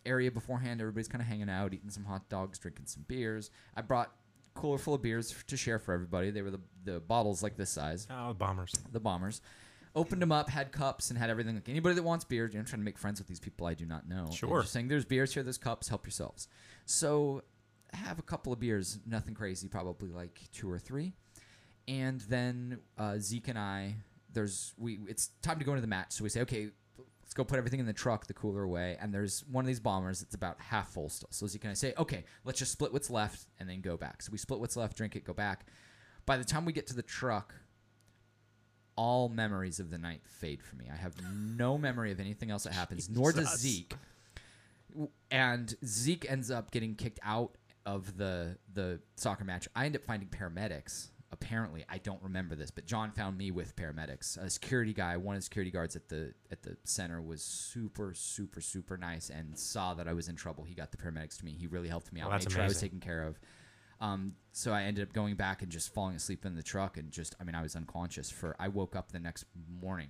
Speaker 1: area beforehand. Everybody's kind of hanging out, eating some hot dogs, drinking some beers. I brought cooler full of beers f- to share for everybody. They were the, the bottles like this size,
Speaker 3: Oh, bombers.
Speaker 1: the bombers. Opened them up, had cups, and had everything. Like anybody that wants beers, you know, I'm trying to make friends with these people I do not know. and
Speaker 3: Sure.
Speaker 1: Just saying, there's beers here, there's cups, help yourselves. So have a couple of beers, nothing crazy, probably like two or three. And then uh, Zeke and I, there's we it's time to go into the match. So we say, okay, let's go put everything in the truck, the cooler away. And there's one of these bombers that's about half full still. So Zeke and I say, okay, let's just split what's left and then go back. So we split what's left, drink it, go back. By the time we get to the truck, all memories of the night fade for me. I have no memory of anything else that happens, nor does
Speaker 3: Jesus.
Speaker 1: Zeke and Zeke ends up getting kicked out of the the soccer match. I end up finding paramedics. Apparently, I don't remember this, but John found me with paramedics. A security guy, one of the security guards at the at the center was super super super nice and saw that I was in trouble. He got the paramedics to me. He really helped me out.
Speaker 3: Well, that's
Speaker 1: made sure I was
Speaker 3: amazing.
Speaker 1: taken care of. Um, so I ended up going back and just falling asleep in the truck and just I mean I was unconscious for I woke up the next morning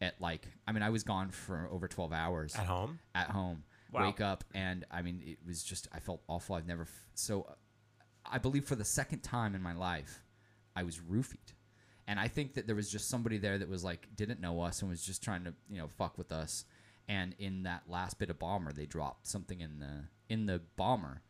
Speaker 1: at like I mean I was gone for over 12 hours
Speaker 3: At home?
Speaker 1: at home
Speaker 3: Wow.
Speaker 1: wake up and i mean it was just i felt awful i've never f- so uh, i believe for the second time in my life i was roofied and i think that there was just somebody there that was like didn't know us and was just trying to you know fuck with us and in that last bit of bomber they dropped something in the in the bomber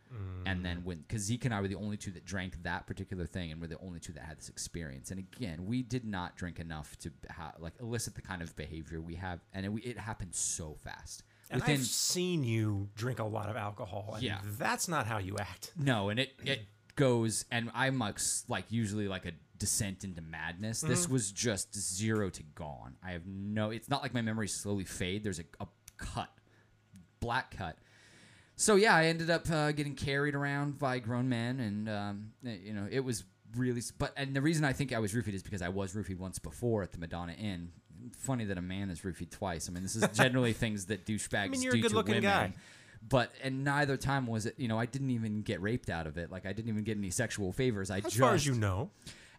Speaker 1: and
Speaker 3: Mm.
Speaker 1: then when because zeke and i were the only two that drank that particular thing and we're the only two that had this experience and again we did not drink enough to ha- like elicit the kind of behavior we have and it, we, it happened so fast
Speaker 3: And I've seen you drink a lot of alcohol. And
Speaker 1: Yeah.
Speaker 3: That's not how you act.
Speaker 1: No, and it it
Speaker 3: Mm-hmm.
Speaker 1: goes, and I'm like, s- like usually like a descent into madness.
Speaker 3: Mm-hmm.
Speaker 1: This was just zero to gone. I have no. It's not like my memories slowly fade. There's a, a cut, black cut. So yeah, I ended up uh, getting carried around by grown men, and um, eh, you know it was really. s- But and the reason I think I was roofied is because I was roofied once before at the Madonna Inn. Funny that a man is roofied twice. I mean, this is
Speaker 3: *laughs*
Speaker 1: generally things that douchebags
Speaker 3: I mean, you're a
Speaker 1: do to
Speaker 3: good-looking
Speaker 1: women
Speaker 3: guy.
Speaker 1: but and neither time was it you know i didn't even get raped out of it like i didn't even get any sexual favors i
Speaker 3: As
Speaker 1: just
Speaker 3: far as you know.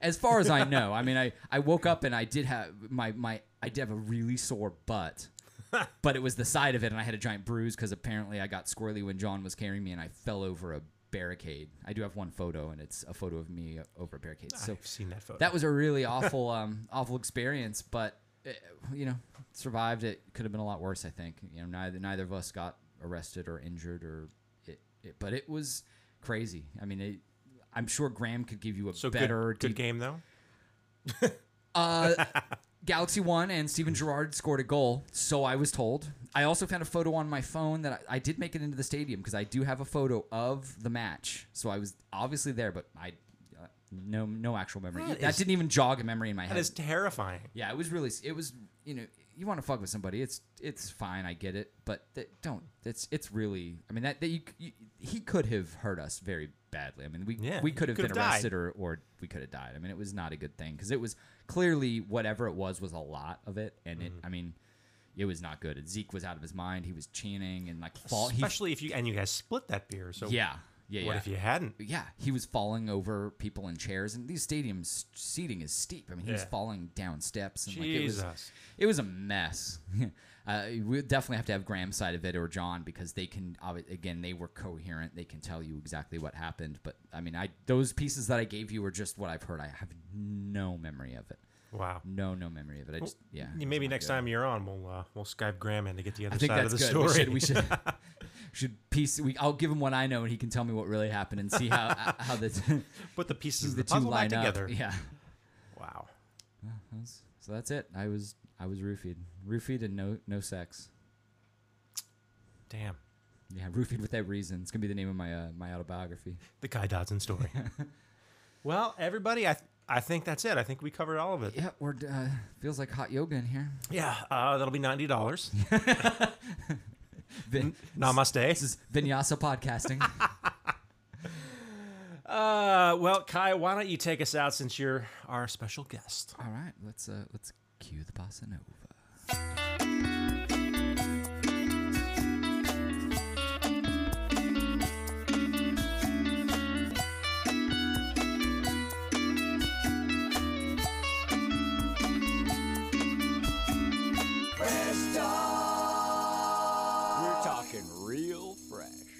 Speaker 1: as far as
Speaker 3: *laughs*
Speaker 1: i know i mean i i woke up and i did have my my i did have a really sore
Speaker 3: *laughs*
Speaker 1: butt but it was the side of it and i had a giant bruise because apparently i got squirrely when john was carrying me and i fell over a barricade i do have one photo and it's a photo of me over a barricade so
Speaker 3: I've seen that photo.
Speaker 1: that was a really awful *laughs* um awful experience but eh, you know survived it could have been a lot worse i think you know neither neither of us got arrested or injured or it, it but it was crazy i mean it i'm sure graham could give you a
Speaker 3: so
Speaker 1: better
Speaker 3: good, good
Speaker 1: de-
Speaker 3: game, though.
Speaker 1: uh, Galaxy One and Steven
Speaker 3: Mm-hmm.
Speaker 1: Gerrard scored a goal, so I was told. I also found a photo on my phone that I, I did make it into the stadium because I do have a photo of the match, so I was obviously there, but I uh, no no actual memory.
Speaker 3: That
Speaker 1: That,
Speaker 3: is-
Speaker 1: didn't even jog a memory in my
Speaker 3: That
Speaker 1: head.
Speaker 3: is terrifying.
Speaker 1: yeah, it was really it was you know you want to fuck with somebody, it's it's fine, I get it, but th- don't it's it's really I mean that, that you, you he could have hurt us very badly. I mean we
Speaker 3: Yeah,
Speaker 1: we
Speaker 3: he
Speaker 1: could have
Speaker 3: could
Speaker 1: been
Speaker 3: have died.
Speaker 1: arrested or, or we could have died. I mean, it was not a good thing because it was clearly whatever it was was a lot of it, and it.
Speaker 3: Mm-hmm.
Speaker 1: I mean, it was not good. And Zeke was out of his mind. He was chanting and like fall. He,
Speaker 3: Especially if you, and you guys split that beer. So
Speaker 1: yeah, yeah,
Speaker 3: what
Speaker 1: yeah.
Speaker 3: if you hadn't?
Speaker 1: yeah, he was falling over people in chairs, and these stadiums seating is steep. I mean, he was
Speaker 3: Yeah.
Speaker 1: falling down steps, and like it was,
Speaker 3: Jesus.
Speaker 1: it was a mess. *laughs* uh, we definitely have to have Graham's side of it or John because they can obvi- again they were coherent. They can tell you exactly what happened. But I mean, I those pieces that I gave you were just what I've heard. I have no memory of it.
Speaker 3: Wow.
Speaker 1: No, no memory of it. I just yeah. it was
Speaker 3: Maybe
Speaker 1: not
Speaker 3: next
Speaker 1: good.
Speaker 3: time you're on, we'll uh, we'll Skype Graham in to get the other
Speaker 1: I think
Speaker 3: side of
Speaker 1: that's
Speaker 3: the
Speaker 1: good.
Speaker 3: story. *laughs*
Speaker 1: We should we should, should piece. We I'll give him what I know, and he can tell me what really happened and see
Speaker 3: *laughs*
Speaker 1: how how the
Speaker 3: Put the pieces of
Speaker 1: the
Speaker 3: the,
Speaker 1: two
Speaker 3: puzzle back
Speaker 1: line up.
Speaker 3: together.
Speaker 1: *laughs* Yeah.
Speaker 3: Wow.
Speaker 1: That's- So that's it. I was I was roofied, roofied, and no no sex.
Speaker 3: Damn.
Speaker 1: Yeah, roofied with that reason. It's gonna be the name of my uh, my autobiography.
Speaker 3: The Kai Dodson
Speaker 1: *laughs*
Speaker 3: story. well, everybody, I th- I think that's it. I think we covered all of it.
Speaker 1: Yeah, we're d- uh, feels like hot yoga in here.
Speaker 3: Yeah, uh, that'll be ninety dollars.
Speaker 1: Vin- this
Speaker 3: Namaste.
Speaker 1: is vinyasa podcasting.
Speaker 3: Uh, well, Kai, why don't you take us out since you're our special guest?
Speaker 1: *laughs* All right, let's uh, let's cue the bossa nova.
Speaker 4: We're talking real fresh.